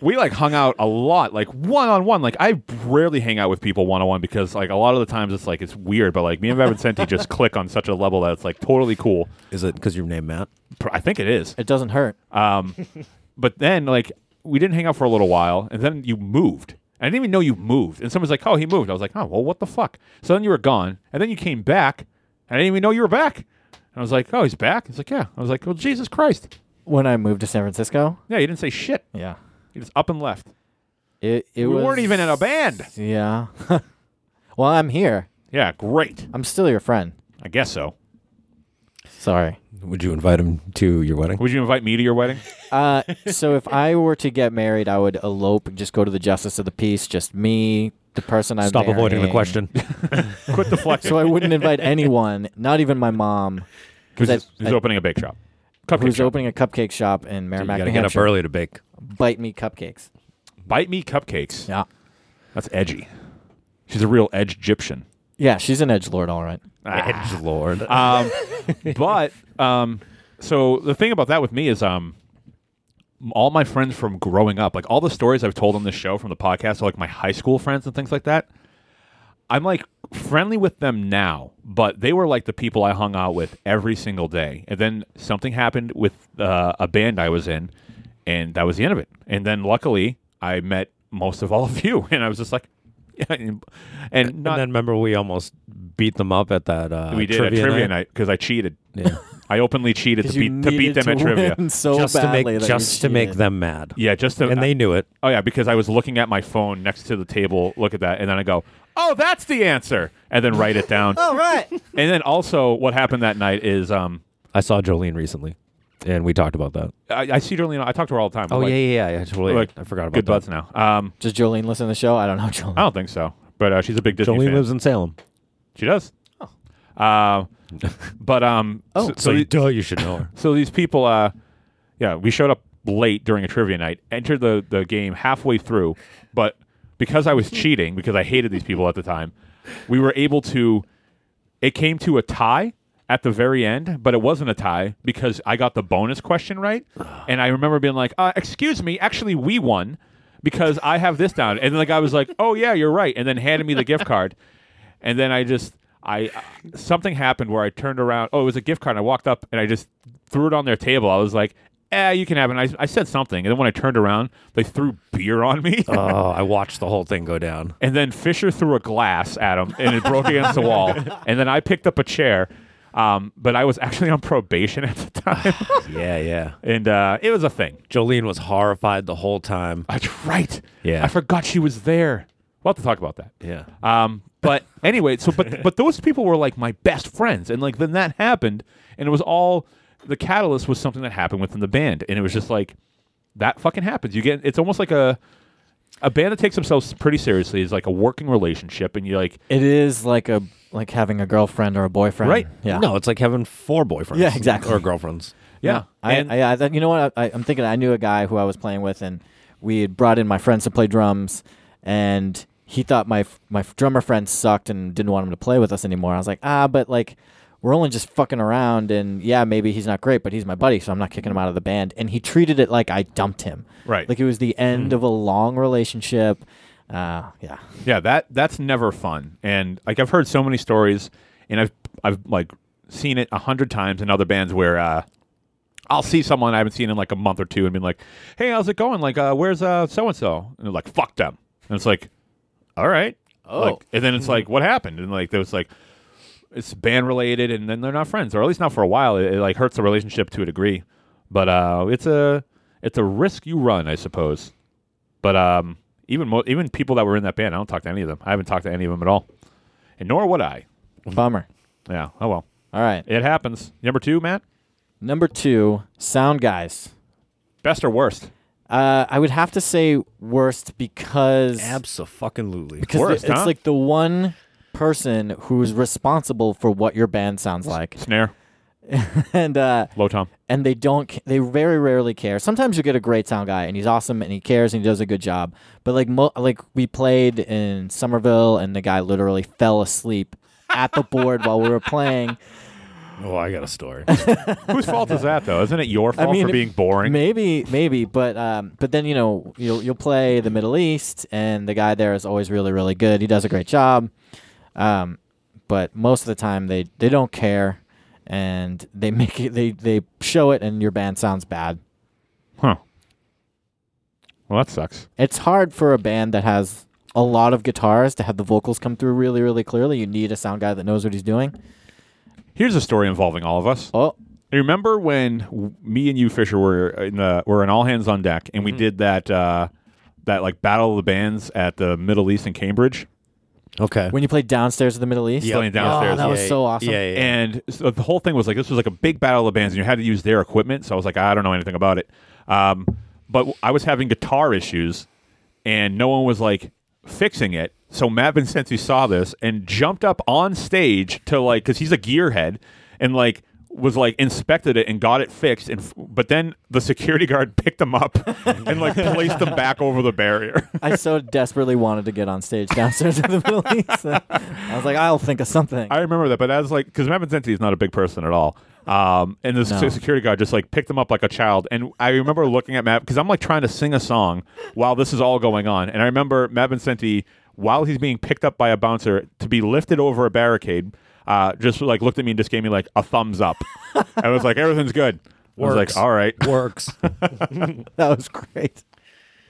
S5: we like hung out a lot, like one on one. Like I rarely hang out with people one on one because like a lot of the times it's like it's weird, but like me and Matt Vincenti just click on such a level that it's like totally cool.
S8: Is it because your name Matt?
S5: Pr- I think it is.
S7: It doesn't hurt.
S5: Um, but then like we didn't hang out for a little while, and then you moved. I didn't even know you moved. And someone's like, "Oh, he moved." I was like, "Oh, well, what the fuck?" So then you were gone, and then you came back, and I didn't even know you were back. And I was like, "Oh, he's back." He's like, "Yeah." I was like, "Well, Jesus Christ."
S7: when I moved to San Francisco.
S5: Yeah, you didn't say shit.
S7: Yeah.
S5: You just up and left.
S7: It, it
S5: we
S7: was,
S5: weren't even in a band.
S7: Yeah. well, I'm here.
S5: Yeah, great.
S7: I'm still your friend.
S5: I guess so.
S7: Sorry.
S8: Would you invite him to your wedding?
S5: Would you invite me to your wedding?
S7: Uh, so if I were to get married, I would elope and just go to the justice of the peace. Just me, the person I'm.
S8: Stop avoiding the
S7: marrying.
S8: question.
S5: Quit deflecting.
S7: So I wouldn't invite anyone, not even my mom,
S5: who's,
S7: that-
S5: who's
S7: I-
S5: opening a bake shop? Cupcake
S7: who's
S5: shop.
S7: opening a cupcake shop in
S8: you
S7: Merrimack,
S8: got to
S7: New
S8: get up
S7: Hampshire.
S8: early to bake.
S7: Bite me cupcakes.
S5: Bite me cupcakes.
S7: Yeah.
S5: That's edgy. She's a real edge Egyptian.
S7: Yeah, she's an edge lord, all right.
S8: Edge lord.
S5: Um, but um, so the thing about that with me is um, all my friends from growing up, like all the stories I've told on this show from the podcast, are like my high school friends and things like that. I'm like friendly with them now, but they were like the people I hung out with every single day. And then something happened with uh, a band I was in, and that was the end of it. And then luckily, I met most of all of you, and I was just like, and not
S8: and then remember we almost beat them up at that uh,
S5: we did
S8: trivia
S5: at trivia night because I cheated.
S8: Yeah.
S5: I openly cheated to
S7: 'Cause you
S5: beat to beat
S7: needed
S5: them at
S7: to
S5: trivia.
S7: win so
S8: just to
S7: badly
S8: make
S7: that you
S8: just to make
S7: cheated.
S8: them mad.
S5: Yeah, just to,
S8: and they knew it.
S5: Oh yeah, because I was looking at my phone next to the table. Look at that, and then I go, "Oh, that's the answer," and then write it down.
S7: All right.
S5: And then also, what happened that night is, um,
S8: I saw Jolene recently, and we talked about that.
S5: I, I see Jolene. I talk to her all the time.
S8: Oh
S5: Like-
S8: yeah, yeah, yeah. I totally,
S5: like,
S8: I forgot about
S5: good
S8: that.
S5: buds now. Um,
S7: Does Jolene listen to the show? I don't know Jolene.
S5: I
S8: Oh.
S5: don't think so, but uh, she's a big Disney
S8: Jolene
S5: fan.
S8: lives in Salem.
S5: she does. Oh. but um,
S7: Oh.
S5: so,
S8: So,
S5: so,
S8: you,
S5: the-
S8: duh, you should know her.
S5: so these people, uh, yeah, we showed up late during a trivia night. Entered the the game halfway through, but because I was cheating, because I hated these people at the time, we were able to. It came to a tie at the very end, but it wasn't a tie because I got the bonus question right, and I remember being like, uh, "Excuse me, actually, we won." Because I have this down, and then the guy was like, "Oh yeah, you're right," and then handed me the gift card, and then I just I uh, something happened where I turned around. Oh, it was a gift card. And I walked up and I just threw it on their table. I was like, "Eh, you can have it." And I, I said something, and then when I turned around, they threw beer on me.
S8: oh, I watched the whole thing go down.
S5: And then Fisher threw a glass at him, and it broke against the wall. And then I picked up a chair, um, but I was actually on probation at the time,
S8: Yeah, yeah.
S5: and uh, it was a thing.
S8: Jolene was horrified the whole time.
S5: That's right.
S8: Yeah.
S5: I forgot she was there. We'll have to talk about that.
S8: Yeah.
S5: Um, but anyway, so but but those people were like my best friends, and like then that happened, and it was all the catalyst was something that happened within the band, and it was just like that fucking happens. You get it's almost like a a band that takes themselves pretty seriously is like a working relationship, and you like
S7: It is like a like having a girlfriend or a boyfriend.
S5: Right.
S7: Yeah.
S8: No, it's like having four boyfriends.
S7: Yeah, exactly.
S8: Or girlfriends.
S5: yeah,
S7: I,
S5: and
S7: I, I thought- you know what I, I'm thinking. I knew a guy who I was playing with, and we had brought in my friends to play drums, and he thought my f- my f- drummer friend sucked and didn't want him to play with us anymore. I was like, ah, but like we're only just fucking around, and yeah, maybe he's not great, but he's my buddy, so I'm not kicking him out of the band. And he treated it like I dumped him,
S5: Right. Hmm.
S7: Like it was the end of a long relationship. Uh, yeah,
S5: yeah that that's never fun, and like I've heard so many stories, and I've I've like seen it a hundred times in other bands where. uh I'll see someone I haven't seen in like a month or two and be like, "Hey, how's it going? Like, uh, where's uh so and so?" And they're like, "Fuck them." And it's like, "All right." Oh. Like, and then it's like, "What happened?" And like, there was like, it's band related, and then they're not friends, or at least not for a while. It, it, like hurts the relationship to a degree, but uh, it's a it's a risk you run, I suppose. But um, even mo- even people that were in that band, I don't talk to any of them. I haven't talked to any of them at all, and nor would I.
S7: bummer.
S5: Yeah. Oh well,
S7: All right,
S5: it happens. Number two, Matt,
S7: number two, sound guys.
S5: best or worst?
S7: Uh, I would have to say worst because
S8: Absolutely.
S7: because the-
S5: Worst,
S7: it's
S5: huh?
S7: like the one person who's responsible for what your band sounds like,
S5: Snare,
S7: and uh,
S5: low tom.
S7: and they don't ca- they very rarely care. Sometimes you get a great sound guy and he's awesome and he cares and he does a good job, but like mo- like we played in Somerville and the guy literally fell asleep at the board while we were playing.
S8: Oh, I got a story.
S5: Whose fault is that though? Isn't it your fault
S7: mean,
S5: for being boring?
S7: Maybe, maybe, but um, but then you know you'll you'll play the Middle East, and the guy there is always really really good. He does a great job, um, but most of the time they they don't care, and they make it they they show it, and your band sounds bad.
S5: Huh. Well, that sucks.
S7: It's hard for a band that has a lot of guitars to have the vocals come through really really clearly. You need a sound guy that knows what he's doing.
S5: Here's a story involving all of us.
S7: Oh,
S5: You Remember when w- me and you, Fisher, were in the were in all hands on deck, and we did that uh, that like battle of the bands at the Middle East in Cambridge,
S8: okay.
S7: when you played downstairs of the Middle East,
S5: playing downstairs.
S7: Oh, that was so awesome.
S8: Yeah, yeah.
S5: And so the whole thing was like this was like a big battle of the bands, and you had to use their equipment. So I was like, I don't know anything about it. Um, but w- I was having guitar issues, and no one was like fixing it. So Matt Vincenzi saw this and jumped up on stage to like because he's a gearhead and like was like inspected it and got it fixed and f- but then the security guard picked them up and like placed them back over the barrier.
S7: I so desperately wanted to get on stage downstairs in the Middle East. I was like, I'll think of something.
S5: I remember that, but I was like, because Matt Vincenzi is not a big person at all. Um, and this
S7: No.
S5: security guard just like picked him up like a child. And I remember looking at Matt because I'm like trying to sing a song while this is all going on. And I remember Matt Vincenti while he's being picked up by a bouncer to be lifted over a barricade. Uh, just like looked at me and just gave me like a thumbs up. I was like, everything's good. I was
S8: Works.
S5: like, all right,
S8: Works.
S7: That was great.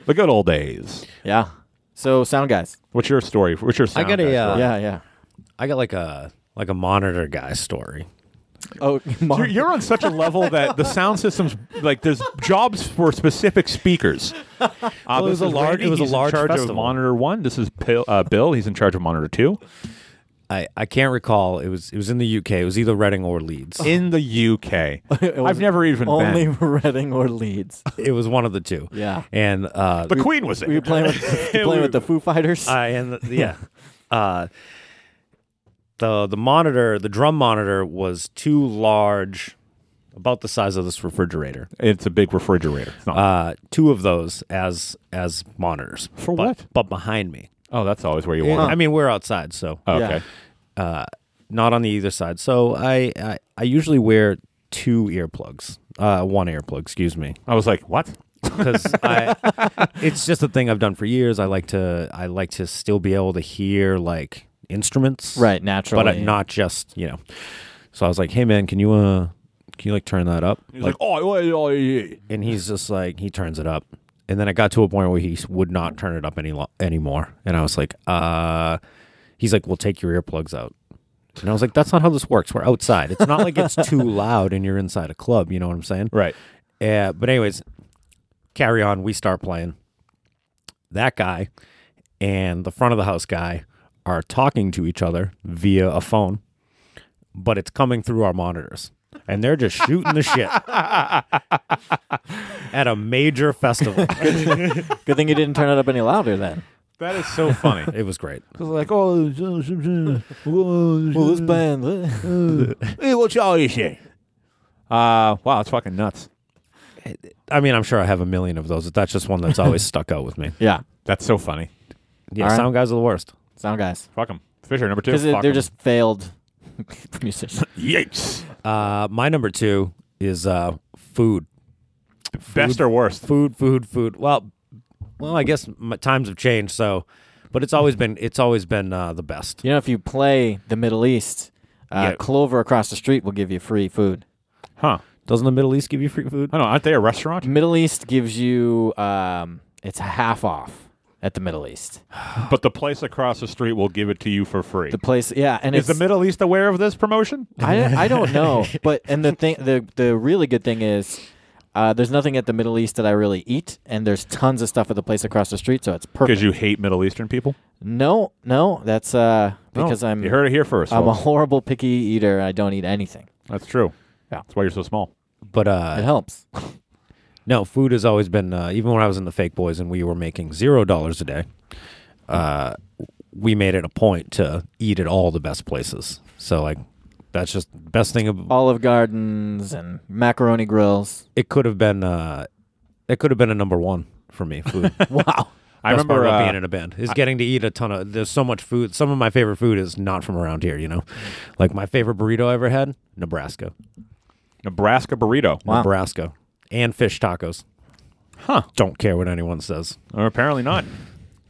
S5: the good old days.
S7: Yeah. So sound guys.
S5: What's your story? What's your? Sound
S8: got a,
S5: guy
S8: uh,
S5: story?
S7: Yeah, yeah.
S8: I got like a like a monitor guy story.
S7: Oh,
S5: You're,
S7: Mark.
S5: you're on such a level that the sound system's like there's jobs for specific speakers. Uh,
S8: it was
S5: this
S8: a
S5: is
S8: large-
S5: Randy.
S8: it was a
S5: He's
S8: large
S5: in charge of
S8: festival.
S5: monitor one. This is Pil, uh, Bill. He's in charge of monitor two
S8: I, I can't recall. It was it was in the UK. It was either Reading or Leeds.
S5: in the UK.
S7: It was
S5: I've never even
S7: only
S5: been.
S7: Reading or Leeds.
S8: it was one of the two.
S7: Yeah.
S8: And uh,
S5: The Queen was
S7: Were you
S5: there.
S7: playing with, you playing with the Foo Fighters?
S8: I and the, yeah, uh, the the monitor, the drum monitor was too large, about the size of this refrigerator.
S5: It's a big refrigerator. It's not-
S8: Uh, two of those as as monitors
S5: For
S8: But-
S5: what?
S8: But behind me.
S5: oh, that's always where you want.
S8: I
S5: it.
S8: mean, we're outside, so
S5: Oh,
S7: Yeah.
S5: okay.
S8: uh, not on the either side. So I I, I usually wear two earplugs, uh, one earplug, excuse me,
S5: I was like, what?
S8: because it's just a thing I've done for years. I like to I like to still be able to hear like instruments,
S7: right, naturally.
S8: But uh, not just you know. So I was like, hey man, can you uh can you like turn that up?
S5: He's like, oh, oh, oh, yeah.
S8: and he's just like he turns it up and then i got to a point where he s- would not turn it up any lo- anymore and i was like uh he's like well take your earplugs out and i was like that's not how this works we're outside it's not like it's too loud and you're inside a club you know what i'm saying
S5: right.
S8: uh, but anyways carry on we start playing that guy and the front of the house guy are talking to each other via a phone but it's coming through our monitors and they're just shooting the shit at a major festival
S7: Good thing you didn't turn it up any louder then.
S5: That is so funny.
S8: it was great
S5: like, oh,
S7: Well, this band.
S5: hey, what's all you say? Uh, wow, it's fucking nuts.
S8: i mean i'm sure i have a million of those but that's just one that's always stuck out with me
S7: yeah,
S5: That's so funny.
S8: yeah
S7: All right.
S8: sound guys are the worst
S7: sound guys.
S5: Fuck him. Fisher number two.
S7: Because
S5: Fuck
S7: they're
S5: 'em.
S7: just failed musicians.
S5: Yikes.
S8: uh, my number two is uh, food
S5: Best or worst?
S8: food, food, food. Well, well, I guess m times have changed, so, but it's always been it's always been uh, the best.
S7: You know, if you play the Middle East, uh,
S8: Yeah.
S7: Clover across the street will give you free food.
S5: Huh.
S8: Doesn't the Middle East give you free food?
S5: I don't know. Aren't they a restaurant?
S7: Middle East gives you um, it's half off at the Middle East.
S5: But the place across the street will give it to you for free.
S7: The place, yeah, and
S5: Is the
S7: it's
S5: Middle East aware of this promotion?
S7: I, I don't know, but and the thing, the the really good thing is. Uh, there's nothing at the Middle East that I really eat, and there's tons of stuff at the place across the street, so it's perfect.
S5: Because you hate Middle Eastern people?
S7: no, no, that's uh,
S5: No.
S7: because I'm
S5: You heard it here first.
S7: I'm a
S5: folks.
S7: horrible picky eater. I don't eat anything.
S5: That's true.
S7: Yeah.
S5: That's why you're so small.
S8: But
S7: It
S8: uh,
S7: helps.
S8: no, food has always been. Uh, even when I was in the Fake Boys and we were making zero dollars a day, uh, we made it a point to eat at all the best places. So like, that's just the best thing. Of,
S7: Olive Gardens and macaroni grills.
S8: it could have been. Uh, it could have been a number one for me. Food.
S7: Wow.
S5: I
S8: Best
S5: remember
S8: part about
S5: uh,
S8: being in a band is getting to eat a ton of. There's so much food. Some of my favorite food is not from around here. You know, like my favorite burrito I ever had, Nebraska,
S5: Nebraska burrito.
S7: Wow.
S8: Nebraska, and fish tacos.
S5: Huh.
S8: Don't care what anyone says.
S5: Or Uh, apparently not.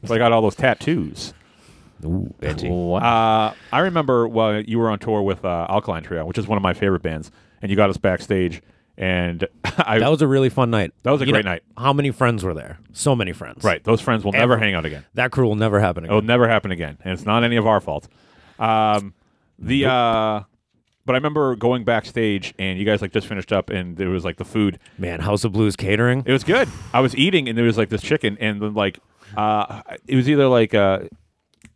S5: so I got all those tattoos.
S8: Ooh, edgy.
S7: Wow.
S5: Uh, I remember well, you were on tour with uh, Alkaline Trio, which is one of my favorite bands, and you got us backstage. And I
S8: That was a really fun night.
S5: That was a great night.
S8: How many friends were there? So many friends.
S5: right, those friends will never
S8: Ever.
S5: hang out again.
S8: That crew will never happen
S5: It'll
S8: again.
S5: never happen again, and it's not any of our fault. Um, the uh, but I remember going backstage, and you guys like just finished up, and there was like the food.
S8: Man, House of Blues catering.
S5: It was good. I was eating, and there was like this chicken, and then like uh, it was either like uh,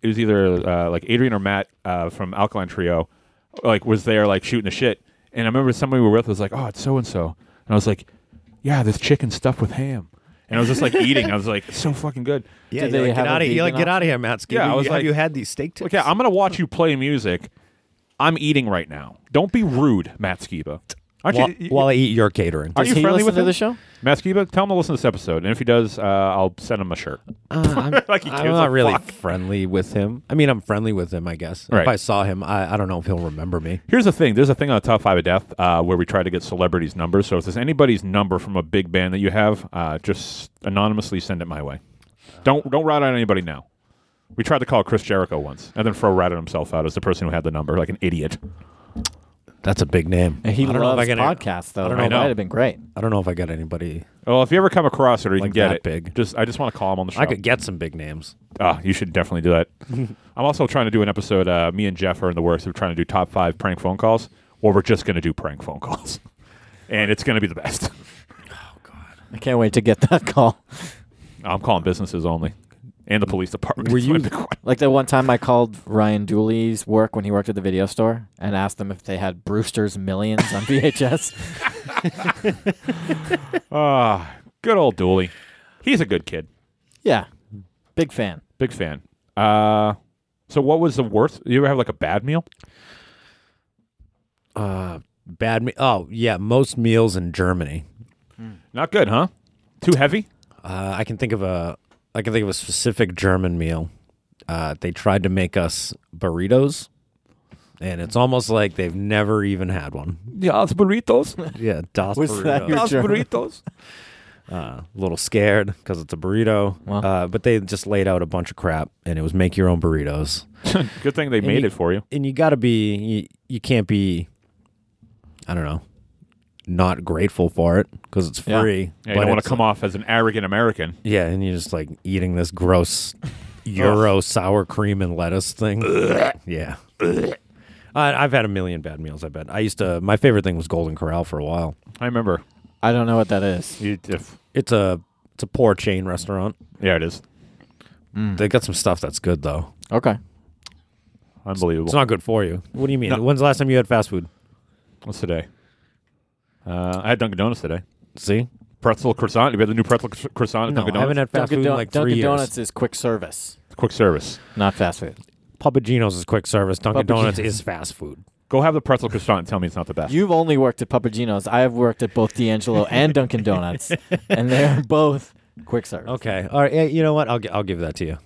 S5: it was either uh, like Adrian or Matt uh, from Alkaline Trio, like was there like shooting the shit, and I remember somebody we were with was like, oh, it's so and so, and I was like, yeah, this chicken stuffed with ham, and I was just like eating. I was like, it's so fucking good.
S8: Yeah,
S7: Did you're they like, "Get
S8: get
S7: have
S8: out
S7: a
S8: of
S7: outta here,
S8: here!
S7: vegan
S8: get
S7: get
S8: out
S7: outta
S8: of here, Matt.
S5: Yeah, I
S8: have
S5: was Have like-
S8: you
S5: you
S8: had these steak tips?
S5: Okay, I'm gonna watch you play music. I'm eating right now. Don't be rude, Matt Skiba. Aren't
S8: while,
S5: you- you?
S8: while I eat your catering.
S5: are
S7: Does
S5: you
S7: he
S5: friendly
S7: listen
S5: with
S7: to
S5: him?
S7: the show?
S5: Matt Skiba, tell him to listen to this episode, and if he does, uh, I'll send him a shirt.
S8: Uh, I'm,
S5: Like he
S8: I'm
S5: gives
S8: not
S5: a
S8: really
S5: fuck.
S8: friendly with him. I mean, I'm friendly with him, I guess.
S5: Right.
S8: If I saw him, I, I don't know if he'll remember me.
S5: Here's the thing. There's a thing on the top five of death uh, where we try to get celebrities' numbers. So if there's anybody's number from a big band that you have, uh, just anonymously send it my way. Don't don't route out anybody now. We tried to call Chris Jericho once, and then Fro ratted himself out as the person who had the number, like an idiot.
S8: That's a big name.
S7: And he
S8: I don't know if
S7: loves
S8: I got any-
S7: podcasts, though.
S8: I don't
S7: It
S8: know.
S7: might have been great.
S8: I don't know if I got anybody.
S5: Well, if you ever come across it or you
S8: Like
S5: can get
S8: that
S5: it,
S8: big.
S5: just I just want to call him on the show.
S8: I could get some big names.
S5: Ah, you should definitely do that. I'm also trying to do an episode. Uh, me and Jeff are in the works of trying to do top five prank phone calls, or we're just going to do prank phone calls, and it's going to be the best.
S7: I can't wait to get that call.
S5: I'm calling businesses only, and the police department.
S8: Were you-
S7: Like that one time I called Ryan Dooley's work when he worked at the video store and asked them if they had Brewster's Millions on VHS.
S5: Ah, good old Dooley. He's a good kid.
S7: yeah, big fan.
S5: Big fan. Uh, so what was the worst? You ever have like a bad meal?
S8: Uh, bad. Me- oh yeah, most meals in Germany.
S5: Not good, huh? Too heavy.
S8: Uh, I can think of a. I can think of a specific German meal. Uh, they tried to make us burritos, and it's almost like they've never even had one.
S5: Yeah, it's burritos.
S8: Yeah, das
S7: Was that
S8: burrito.
S7: your- That's German.
S5: burritos.
S8: uh, a little scared because it's a burrito.
S7: Wow.
S8: Uh, but they just laid out a bunch of crap, and it was make your own burritos.
S5: Good thing they made
S8: you-
S5: it for you.
S8: And you got to be, you, you can't be, I don't know, not grateful for it because it's
S7: Yeah.
S8: free.
S5: Yeah, you don't want
S8: it's-
S5: to come off as an arrogant American.
S8: Yeah, and you're just like eating this gross Euro sour cream and lettuce thing. yeah. I, I've had a million bad meals, I bet. I used to, my favorite thing was Golden Corral for a while.
S5: I remember.
S7: I don't know what that is.
S5: You, if,
S8: It's a, it's a poor chain restaurant.
S5: yeah, it is
S8: They got some stuff that's good though.
S7: Okay.
S5: unbelievable.
S8: It's not good for you. What do you mean?
S5: No.
S8: When's the last time you had fast food?
S5: What's today? Uh, I had Dunkin' Donuts today.
S8: See?
S5: Pretzel croissant. You had the new pretzel cro- croissant at
S8: No,
S5: Dunkin'
S8: I haven't
S5: Donuts.
S8: had fast
S7: Dunkin'
S8: food in
S7: Don-
S8: like three
S7: Dunkin'
S8: years.
S7: Donuts is quick service,
S5: Quick service.
S7: not fast food.
S8: Papagino's is quick service. Dunkin' Donuts
S7: Papagino's.
S8: is fast food.
S5: Go have the pretzel croissant and tell me it's not the best.
S7: You've only worked at Papagino's. I have worked at both D'Angelo and Dunkin' Donuts, and they're both quick service.
S8: Okay. All right. Yeah, you know what? I'll, gi- I'll give that to you.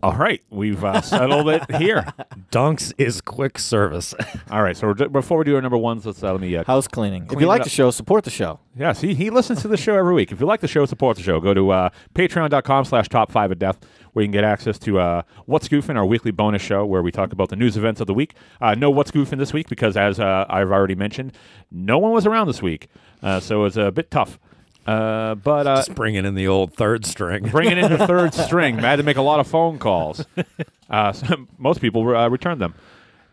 S5: All right, we've uh, settled it here.
S8: Dunks is quick service.
S5: All right, so we're d- before we do our number ones, let's uh, let me. Uh,
S7: House cleaning. if
S5: Clean
S7: you
S5: it
S7: like
S5: up.
S7: the show, support the show.
S5: Yeah, see, he listens to the show every week. If you like the show, support the show. Go to uh, patreon.com slash top five of death, where you can get access to uh, What's Goofing, our weekly bonus show, where we talk about the news events of the week. Uh, no What's Goofing this week, because as uh, I've already mentioned, no one was around this week. Uh, so it was a bit tough. Uh, but uh,
S8: Just bringing in the old third string.
S5: bringing in the third string. I had to make a lot of phone calls. Uh, so most people uh, returned them.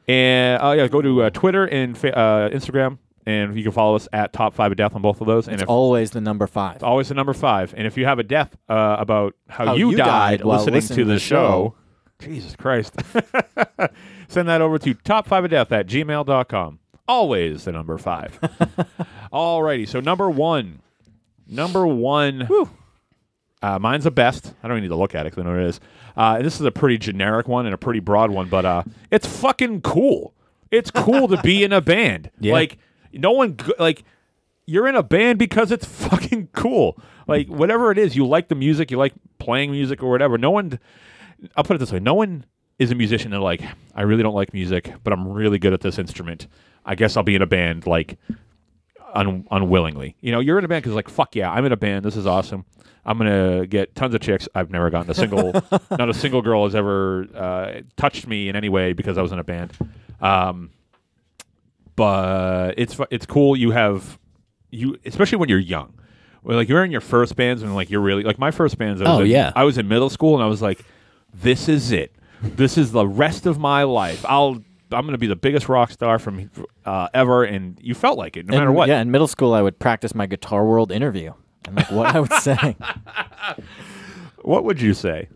S5: And oh yeah, go to uh, Twitter and fa- uh, Instagram, and you can follow us at Top Five of Death on both of those. And if,
S7: Always the number five.
S5: always the number five. And if you have a death uh, about how,
S7: How
S5: you,
S7: you
S5: died,
S7: died while
S5: listening, to the show, Jesus Christ, send that over to top five of death at gmail.com. Always the number five. Alrighty, so number one. Number one. Uh, mine's the best. I don't even need to look at it 'cause I know what it is. Uh, this is a pretty generic one and a pretty broad one, but uh, it's fucking cool. It's cool to be in a band.
S8: Yeah.
S5: Like no one g- like you're in a band because it's fucking cool. Like whatever it is, you like the music, you like playing music or whatever. No one, I'll put it this way: no one is a musician. They're like, I really don't like music, but I'm really good at this instrument. I guess I'll be in a band. Like un- unwillingly. You know, you're in a band because like, fuck yeah, I'm in a band. This is awesome. I'm gonna get tons of chicks. I've never gotten a single, not a single girl has ever uh, touched me in any way because I was in a band. Um, but it's fu- it's cool. You have you, especially when you're young. Well, like you're in your first bands and like you're really like my first bands. I was
S8: Oh,
S5: in-
S8: yeah.
S5: I was in middle school and I was like, this is it. This is the rest of my life. I'll. I'm going to be the biggest rock star from uh, ever, and you felt like it, no
S7: In-
S5: matter what.
S7: Yeah, in middle school, I would practice my Guitar World interview and like what I would say.
S5: What would you say?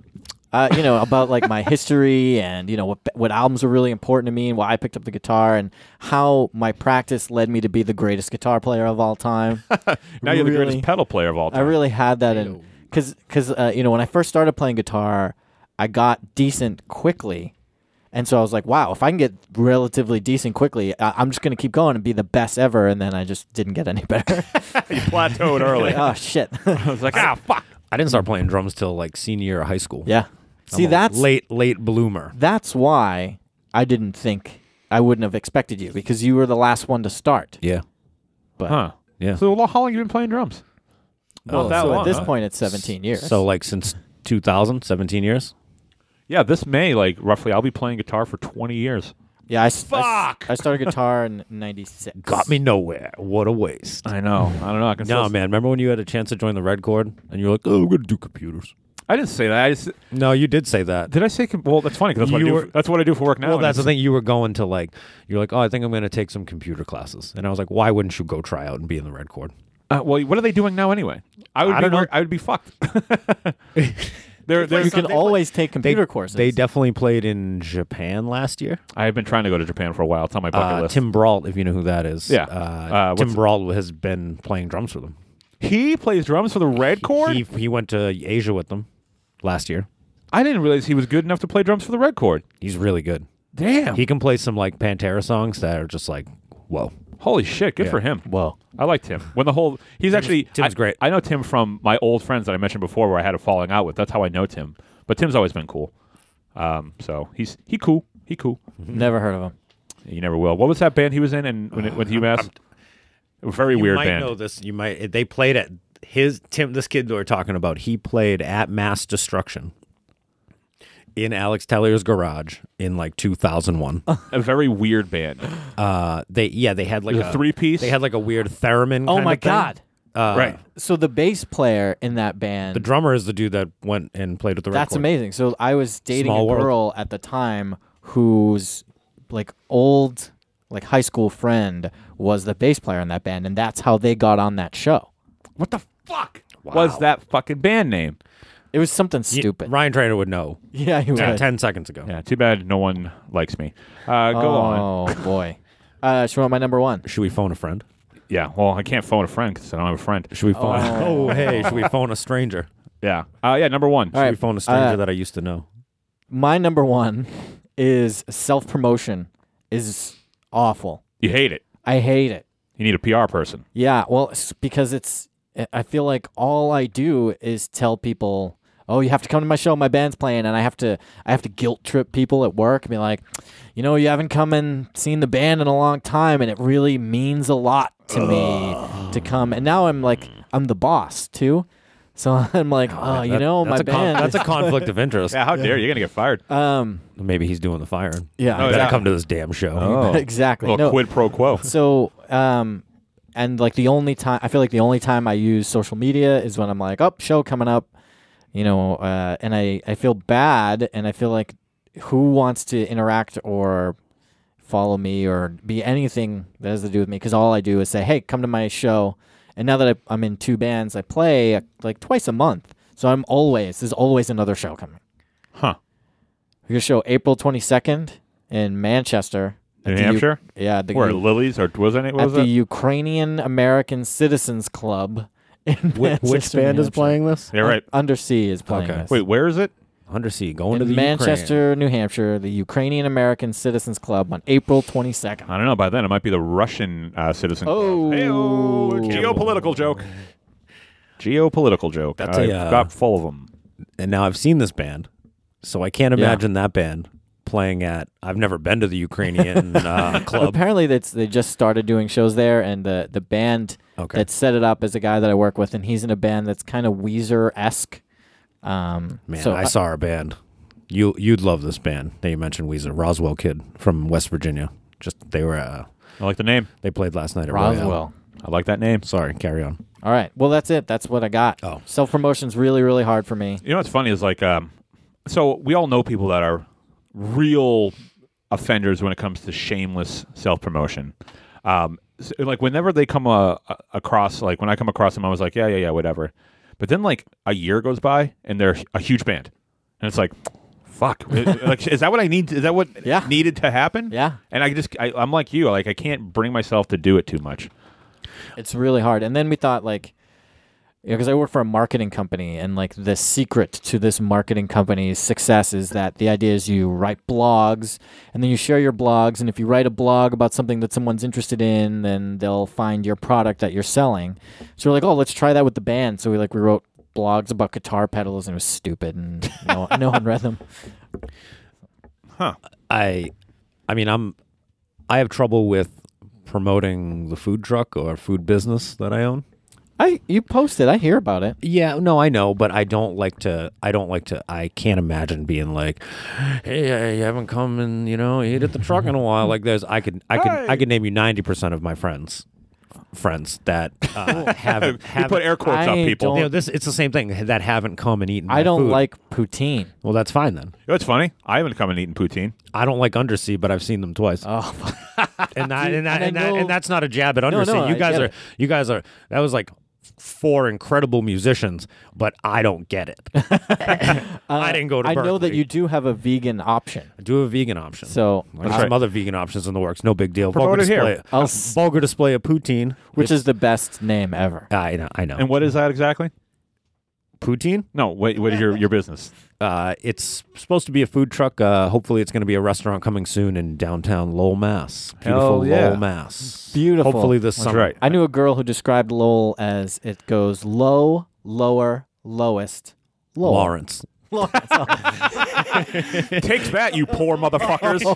S7: Uh, you know about like my history and you know what what albums are really important to me and why I picked up the guitar and how my practice led me to be the greatest guitar player of all time.
S5: Now you're the
S7: Really?
S5: greatest pedal player of all
S7: I
S5: time.
S7: really had that in because because uh, you know when I first started playing guitar, I got decent quickly, and so I was like, wow, if I can get relatively decent quickly, I- I'm just gonna keep going and be the best ever. And then I just didn't get any better.
S5: plateaued early.
S7: oh shit.
S5: I was like, ah, fuck.
S8: I didn't start playing drums till like senior year of high school.
S7: yeah.
S8: I'm
S7: See
S8: a
S7: that's
S8: late late bloomer.
S7: that's why I didn't think I wouldn't have expected you because you were the last one to start.
S8: Yeah.
S7: But
S5: Huh.
S8: Uh-huh. Yeah.
S5: So lo- how long you been playing drums? Not
S8: Oh,
S5: that
S7: so
S5: long.
S7: at this
S5: huh?
S7: point, it's 17 years.
S8: So like since 2000, 17 years.
S5: Yeah, this May, like roughly, I'll be playing guitar for 20 years.
S7: Yeah, I, s- I s-
S5: Fuck!
S7: I started guitar in '96.
S8: Got me nowhere. What a waste.
S5: I know. I don't know. I can
S8: No,
S5: still-
S8: man. Remember when you had a chance to join the Red Cord and you were like, oh, I'm going to do computers?
S5: I didn't say that. I just,
S8: No, you did say that.
S5: did I say? com- Well, that's funny because that's, what I
S8: You
S5: do
S8: were-
S5: for- that's what I do for work now.
S8: Well,
S5: and
S8: that's the
S5: it's-
S8: thing. You were going to like, you're like, oh, I think I'm going to take some computer classes. And I was like, why wouldn't you go try out and be in the Red Cord?
S5: Uh, well, what are they doing now anyway? I would
S8: I
S5: be
S8: don't know.
S5: I would be fucked. they're, they're,
S7: You can always take computer courses.
S8: They definitely played in Japan last year.
S5: I have been trying to go to Japan for a while. It's on my bucket
S8: Uh,
S5: list.
S8: Tim Brault, if you know who that is.
S5: Yeah.
S8: Uh,
S5: Uh,
S8: Tim
S5: what's-
S8: Brault has been playing drums for them.
S5: he plays drums for the Red Chord.
S8: He, he went to Asia with them last year.
S5: I didn't realize he was good enough to play drums for the Red Chord.
S8: He's really good.
S5: Damn.
S8: He can play some like Pantera songs that are just like, whoa.
S5: Holy shit! Good
S8: Yeah.
S5: for him.
S7: Whoa.
S5: I liked Tim. When the whole he's actually
S8: Tim's
S5: I-
S8: great.
S5: I know Tim from my old friends that I mentioned before, where I had a falling out with. That's how I know Tim. But Tim's always been cool. Um, so he's he cool. He cool.
S7: Never heard of him.
S5: You never will. What was that band he was in? And when it, with UMass, a very
S8: you
S5: weird
S8: might
S5: band.
S8: know this. You might. They played at his Tim. This kid that we're talking about. He played at Mass Destruction in Alex Tellier's garage in like 2001.
S7: Uh-huh.
S5: A very weird band.
S8: uh, they yeah, they had like
S5: It was a three-piece?
S8: They had like a weird theremin.
S7: Oh
S8: kind
S7: my
S8: of thing.
S7: god.
S8: Uh,
S5: right.
S7: So the bass player in that band.
S8: The drummer is the dude that went and played with the.
S7: That's
S8: record.
S7: amazing. So I was dating
S8: Small
S7: a
S8: world.
S7: girl at the time whose like old like high school friend was the bass player in that band, and that's how they got on that show.
S5: What the fuck was that fucking band name?
S7: It was something
S8: Y-
S7: stupid.
S8: Ryan Trainer would know.
S7: Yeah, he was.
S8: Ten, ten seconds ago.
S5: Yeah, too bad no one likes me. Uh, go
S8: Um,
S7: oh,
S5: on.
S7: boy. Uh, she want my number one.
S8: Should we phone a friend?
S5: Yeah, well, I can't phone a friend because I don't have a friend.
S8: Should we phone? Oh, hey, should we phone a stranger?
S5: Yeah, uh, yeah, number one.
S8: Should
S7: right,
S8: we phone a stranger
S7: uh,
S8: that I used to know?
S7: My number one is self promotion is awful.
S5: You hate it.
S7: I hate it.
S5: You need a PR person.
S7: Yeah, well, it's because it's I feel like all I do is tell people, "Oh, you have to come to my show. My band's playing," and I have to I have to guilt trip people at work and be like, "You know, you haven't come and seen the band in a long time, and it really means a lot to me to come." And now I'm like, I'm the boss too, so I'm like, "Oh, you
S8: That-
S7: know,
S8: that's
S7: my
S8: a con-
S7: band."
S8: that's a conflict of interest.
S5: Yeah, how dare you? You're gonna get fired.
S7: um,
S8: Maybe he's doing the firing.
S7: yeah,
S5: Oh,
S8: I gotta
S5: yeah.
S8: come to this damn show.
S7: exactly.
S5: Well,
S7: No.
S5: quid pro quo.
S7: So, um, and like the only time I feel like the only time I use social media is when I'm like, oh, show coming up, you know, uh, and I I feel bad, and I feel like who wants to interact or follow me or be anything that has to do with me because all I do is say, hey, come to my show. And now that I, I'm in two bands, I play uh, like twice a month, so I'm always there's always another show coming.
S5: Huh.
S7: We're gonna show April 22nd in Manchester, at
S5: New
S7: the U-
S5: Hampshire?
S7: yeah, the
S5: Where
S7: U-
S5: Lilies or was it? What
S7: at
S5: was
S7: the
S5: it?
S7: Ukrainian American Citizens Club. In
S8: Wh- which
S7: Manchester, New
S8: band is
S7: Hampshire.
S8: playing this?
S5: Yeah, right.
S7: Undersea is playing
S8: Okay.
S7: this.
S5: Wait, where is it?
S8: Undersea going to
S7: in
S8: the Ukraine.
S7: Manchester, New Hampshire, the Ukrainian American Citizens Club on April 22nd.
S5: I don't know. By then, it might be the Russian uh, citizen. Club.
S7: Oh.
S5: Hey-oh, geopolitical joke. Geopolitical joke.
S8: That's
S5: I've
S8: a, uh,
S5: got full of them.
S8: And now I've seen this band, so I can't
S7: Yeah.
S8: imagine that band playing at. I've never been to the Ukrainian uh, club.
S7: Apparently, that's they just started doing shows there, and the the band
S8: Okay.
S7: that set it up is a guy that I work with, and he's in a band that's kind of Weezer esque. Um,
S8: Man,
S7: so
S8: I saw our band. You you'd love this band that you mentioned, Weezer, Roswell Kid from West Virginia. Just they were uh,
S5: I like the name.
S8: they played last night at Royale.
S7: Roswell.
S5: I like that name.
S8: Sorry, carry on.
S7: All right, well that's it. That's what I got.
S8: Oh.
S7: self promotion's really really hard for me.
S5: You know what's funny is like, um, so we all know people that are real offenders when it comes to shameless self promotion. Um, s- like whenever they come uh, a- across, like when I come across them, I was like, yeah, yeah, yeah, whatever. But then like a year goes by and they're a huge band, and it's like, fuck, It- like is that what I need? Is that what
S7: Yeah.
S5: needed to happen?
S7: Yeah.
S5: And I just, I, I'm like you, like I can't bring myself to do it too much.
S7: It's really hard. And then we thought like, because I work for a marketing company, and like the secret to this marketing company's success is that the idea is you write blogs, and then you share your blogs, and if you write a blog about something that someone's interested in, then they'll find your product that you're selling. So we're like, oh, let's try that with the band. So we like we wrote blogs about guitar pedals, and it was stupid, and no, no one read them.
S8: I I mean I'm I have trouble with promoting the food truck or food business that I own.
S7: I you post it. I hear about it.
S8: Yeah, no, I know, but I don't like to. I don't like to. I can't imagine being like, "Hey, you haven't come and you know you hit the truck in a while." Like there's, I could, I could, I could name you ninety percent of my friends, friends that uh, haven't,
S5: You
S8: haven't
S5: put air quotes up,
S7: I
S5: people.
S8: You know, this it's the same thing that haven't come and eaten.
S7: I
S8: my
S7: don't
S8: food.
S7: like poutine.
S8: Well, that's fine then.
S5: You know what's funny? I haven't come and eaten poutine.
S8: I don't like undersea, but I've seen them twice.
S7: Oh,
S8: and that, and, that,
S7: and I
S8: and, that,
S7: know-
S8: and that's not a jab at undersea.
S7: no,
S8: you
S7: I
S8: guys
S7: get
S8: are
S7: it.
S8: you guys are that was like four incredible musicians, but I don't get it. I didn't go to.
S7: Uh, I know that
S8: Berkeley.
S7: you do have a vegan option.
S8: I do have a vegan option.
S7: So uh,
S8: There's
S5: That's
S8: some
S5: right.
S8: other vegan options in the works. No big deal.
S5: Promote
S8: vulgar
S5: it here.
S8: display.
S7: I'll
S8: a
S7: s-
S8: vulgar display of poutine,
S7: which is the best name ever.
S8: I know. I know.
S5: And what is that exactly?
S8: poutine?
S5: No, what, what is your, your business?
S8: Uh, it's supposed to be a food truck. Uh, hopefully, it's going to be a restaurant coming soon in downtown Lowell, Mass. Beautiful
S5: Hell yeah.
S8: Lowell, Mass.
S7: Oh, Beautiful.
S8: Hopefully this
S5: That's
S8: summer.
S5: right.
S7: I knew a girl who described Lowell as it goes low, lower, lowest, Lowell.
S8: Lawrence.
S5: Take that, you poor motherfuckers,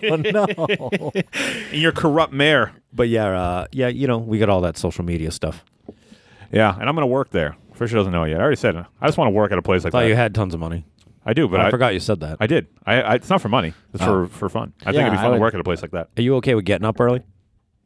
S7: Oh no!
S5: and your corrupt mayor.
S8: But yeah, uh, yeah, you know, we got all that social media stuff.
S5: Yeah, and I'm going to work there. Fisher doesn't know yet. I already said it. I just want to work at a place like
S8: Thought
S5: that.
S8: you had tons of money.
S5: I do, but
S8: I,
S5: I,
S8: forgot you said that.
S5: I did. I, I it's not for money. It's
S8: Oh.
S5: for for fun. I think
S7: Yeah,
S5: it'd be
S7: I
S5: fun to
S7: would-
S5: work at a place like that.
S8: Are you okay with getting up early?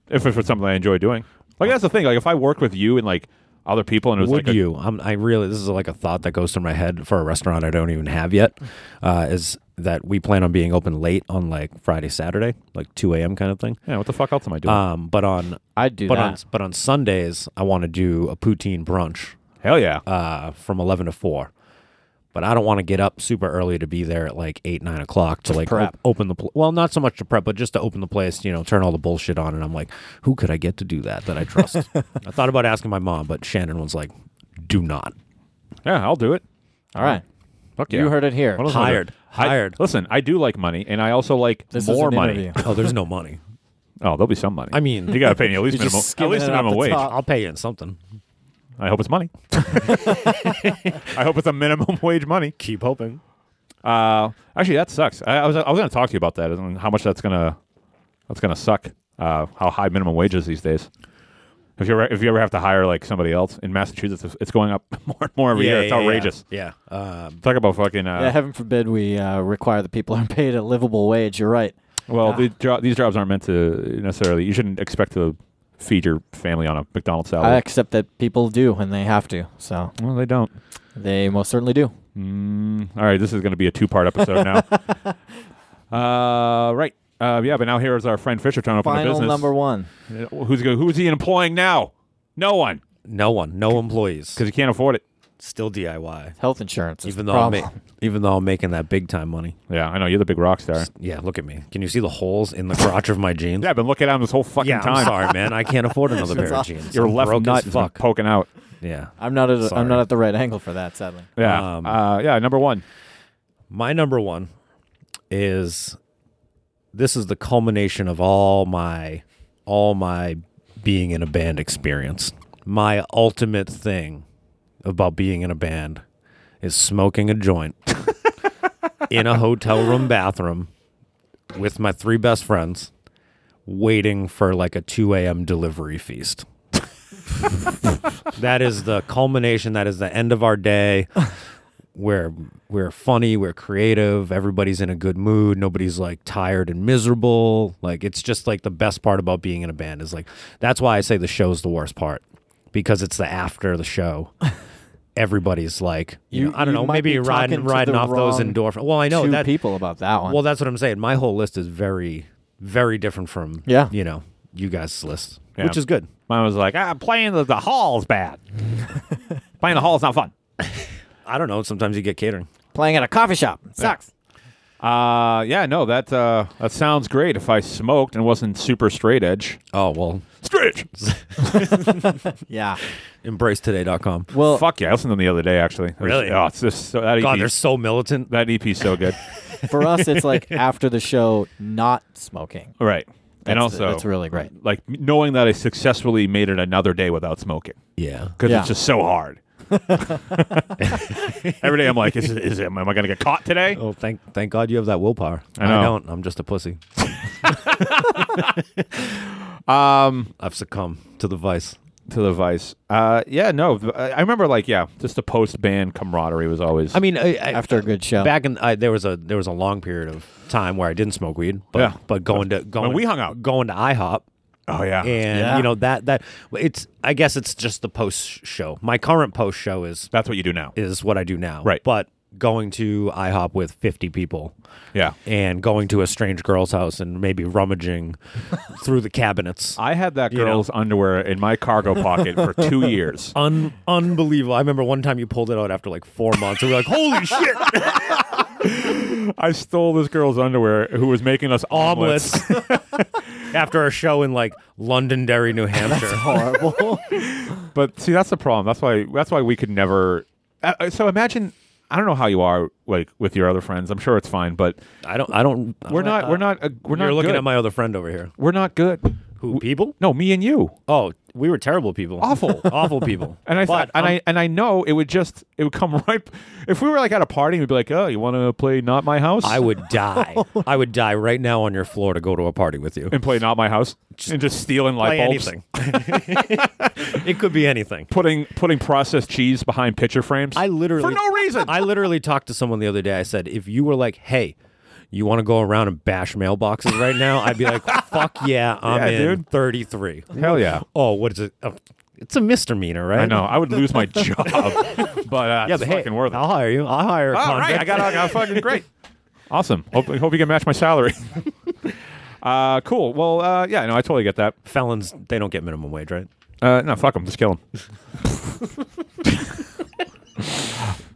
S5: If it's something I enjoy doing. Like that's the thing. Like if I worked with you and like other people, and it was
S8: Would
S5: like a-
S8: you? I'm, I really, this is like a thought that goes through my head for a restaurant I don't even have yet. Uh, is that we plan on being open late on like Friday, Saturday, like 2 a.m. kind of thing.
S5: yeah, what the fuck else am I doing?
S7: Uh,
S8: Um, but on
S7: I'd do
S8: but
S7: that.
S8: on but on Sundays, I want to do a poutine brunch
S5: Hell yeah.
S8: uh, from 11 to 4. But I don't want to get up super early to be there at like 8, 9 o'clock to like
S7: prep.
S8: op- open the pl- Well, not so much to prep, but just to open the place, you know, turn all the bullshit on. And I'm like, who could I get to do that that I trust? I thought about asking my mom, but Shannon was like, do not.
S5: yeah, I'll do it.
S7: All right,
S5: Fuck yeah.
S7: you heard it here.
S5: What else am I doing?
S8: Hired.
S5: I-
S8: Hired.
S5: listen, I do like money, and I also like
S7: This is
S5: more
S7: an
S5: money.
S7: interview.
S8: oh, there's no money.
S5: Oh, there'll be some money.
S8: I mean-
S5: you gotta pay me at least
S7: You're just
S5: minimum, at
S7: skimming
S5: least
S7: it off
S5: minimum
S7: the
S5: wage.
S7: top.
S8: I'll pay you in something.
S5: I hope it's money. I hope it's a minimum wage money.
S8: Keep hoping.
S5: Uh, actually, that sucks. I, I was I was going to talk to you about that and how much that's gonna that's gonna suck. Uh, how high minimum wages these days. If you ever, if you ever have to hire like somebody else in Massachusetts, it's- it's going up more and more every year. It's outrageous.
S8: Yeah. Um,
S5: Talk about fucking. Uh,
S7: Yeah, heaven forbid we uh, require the people are paid a livable wage. You're right.
S5: well, the jo- these jobs aren't meant to necessarily. You shouldn't expect to feed your family on a McDonald's
S8: Oh.
S5: salary.
S7: I accept that people do when they have to. So
S5: well, they don't.
S7: they most certainly do.
S5: Mm, all right, this is going to be a two-part episode now. uh, right. Uh, yeah, but now here is our friend Fisher trying to open a
S7: Final
S5: business.
S7: number one.
S5: Uh, Who's go- who's he employing now? No one,
S8: no one, no employees.
S5: because he can't afford it.
S8: Still DIY.
S7: Health insurance. Is
S8: Even
S7: the
S8: though, I'm
S7: problem.
S8: ma- even though I'm making that big time money.
S5: Yeah, I know you're the big rock star.
S8: Yeah, look at me. Can you see the holes in the crotch of my jeans?
S5: Yeah, I've been looking at him this whole fucking
S8: yeah,
S5: time.
S8: I'm sorry, man. I can't afford another pair of
S7: awesome.
S8: jeans.
S5: Your
S8: I'm
S5: left
S8: broke
S5: nut
S8: as
S5: is
S8: fuck.
S5: poking out.
S8: Yeah.
S7: I'm not at a,
S8: Sorry.
S7: I'm not at the right angle for that. Sadly.
S5: Yeah,
S8: Um,
S5: uh, yeah. Number one.
S8: My number one is this is the culmination of all my all my being in a band experience. My ultimate thing about being in a band is smoking a joint in a hotel room bathroom with my three best friends waiting for like a 2 a.m. delivery feast. that is the culmination. That is the end of our day. We're we're funny, we're creative, everybody's in a good mood, nobody's like tired and miserable. Like it's just like the best part about being in a band is like that's why I say the show's the worst part because it's the after the show. Everybody's like, you,
S7: You-
S8: know, I don't
S7: you
S8: know,
S7: might
S8: maybe
S7: be
S8: you're riding
S7: talking to
S8: riding
S7: the
S8: off those
S7: wrong
S8: endorphins. Well, I know
S7: two
S8: that
S7: people about that one.
S8: well, that's what I'm saying. My whole list is very, very different from
S7: Yeah.
S8: you know, you guys' list,
S5: Yeah.
S8: which is good.
S5: Mine was like, ah, playing the, the hall's bad. playing the hall's not fun.
S8: I don't know. Sometimes you get catering.
S7: Playing at a coffee shop it sucks.
S5: Uh, yeah, no, that uh, that sounds great. If I smoked and wasn't super straight edge,
S8: Oh well,
S5: straight edge.
S7: Yeah.
S8: embracetoday.com.
S7: Well,
S5: Fuck yeah, I listened to them the other day actually. It was-
S8: Really?
S5: oh, it's just so, that EP,
S8: God, they're so militant.
S5: that EP's so good.
S7: for us, it's like after the show, not smoking.
S5: right, and
S7: That's-
S5: also
S7: that's really great.
S5: Like knowing that I successfully made it another day without smoking
S8: Yeah,
S5: because
S7: Yeah.
S5: it's just so hard. Every day I'm like, is, is am I gonna get caught today?
S8: Oh, thank thank God you have that willpower. I,
S5: know.
S8: don't. I'm just a pussy.
S5: Um,
S8: Um, I've succumbed to the vice.
S5: to the Vice. Uh, yeah, no, th- I I remember like yeah, just the post band camaraderie was always.
S8: I mean, I, I,
S7: After a good show.
S8: back in I, there was a there was a long period of time where I didn't smoke weed, but
S5: Yeah.
S8: but going to going
S5: we hung out.
S8: going to IHOP.
S5: oh yeah,
S8: And you know that that it's I guess it's just the post show. My current post show is
S5: that's what you do now.
S8: is what I do now.
S5: Right.
S8: But going to IHOP with 50 people
S5: Yeah,
S8: and going to a strange girl's house and maybe rummaging through the cabinets.
S5: I had that
S8: You know.
S5: girl's underwear in my cargo pocket for two years.
S8: Un- unbelievable. I remember one time you pulled it out after like four months and we were like, holy shit,
S5: I stole this girl's underwear who was making us omelets.
S8: omelets. after a show in like Londonderry, New Hampshire.
S7: horrible.
S5: But see, that's the problem. That's why. That's why we could never. Uh, uh, so imagine. I don't know how you are like with your other friends. I'm sure it's fine, but
S8: I don't, I don't,
S5: we're not. we're not. Uh, we're
S8: You're
S5: not
S8: looking
S5: good.
S8: at my other friend over here.
S5: We're not good.
S8: Who, people?
S5: No, me and you.
S8: Oh, we were terrible people.
S5: Awful.
S8: Awful people.
S5: And I thought,
S8: But
S5: and
S8: I'm-
S5: I and I know it would just it would come right if we were like at a party we'd be like, oh, you want to play Not My House?
S8: I would die. I would die right now on your floor to go to a party with you.
S5: and play Not My House and just stealing light
S8: Play
S5: bulbs,
S8: anything. it could be anything.
S5: putting putting processed cheese behind picture frames.
S8: I literally
S5: for no reason.
S8: I literally talked to someone the other day. I said, if you were like, hey, you want to go around and bash mailboxes right now? I'd be like, fuck yeah, I'm
S5: Yeah,
S8: in
S5: dude.
S8: 33.
S5: Hell yeah.
S8: Oh, what is it? Oh, it's a misdemeanor, right?
S5: I know. I would lose my job, but uh,
S8: Yeah,
S5: it's
S8: but hey,
S5: fucking worth it.
S8: I'll hire you. I'll hire. a
S5: All right,
S8: convict.
S5: I got. I got fucking great. Awesome. Hope, hope you can match my salary. uh, cool. Well, uh, yeah, no, I totally get that.
S8: felons. They don't get minimum wage, right?
S5: Uh, no, fuck them. Just kill them.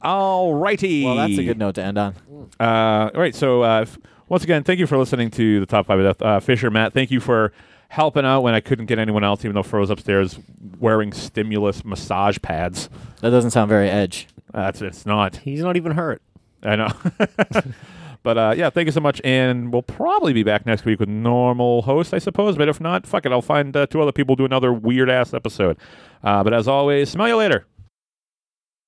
S5: All righty.
S7: well, that's a good note to end on.
S5: Uh, all right. So, uh, f- once again, thank you for listening to the Top Five of Death. Uh, Fisher, Matt, thank you for helping out when I couldn't get anyone else, even though Fro's upstairs wearing stimulus massage pads.
S7: That doesn't sound very edge.
S5: Uh, it's, it's not.
S8: He's not even hurt.
S5: I know. but uh, yeah, thank you so much. And we'll probably be back next week with normal host, I suppose. But if not, fuck it. I'll find uh, two other people do another weird ass episode. Uh, but as always, smell you later.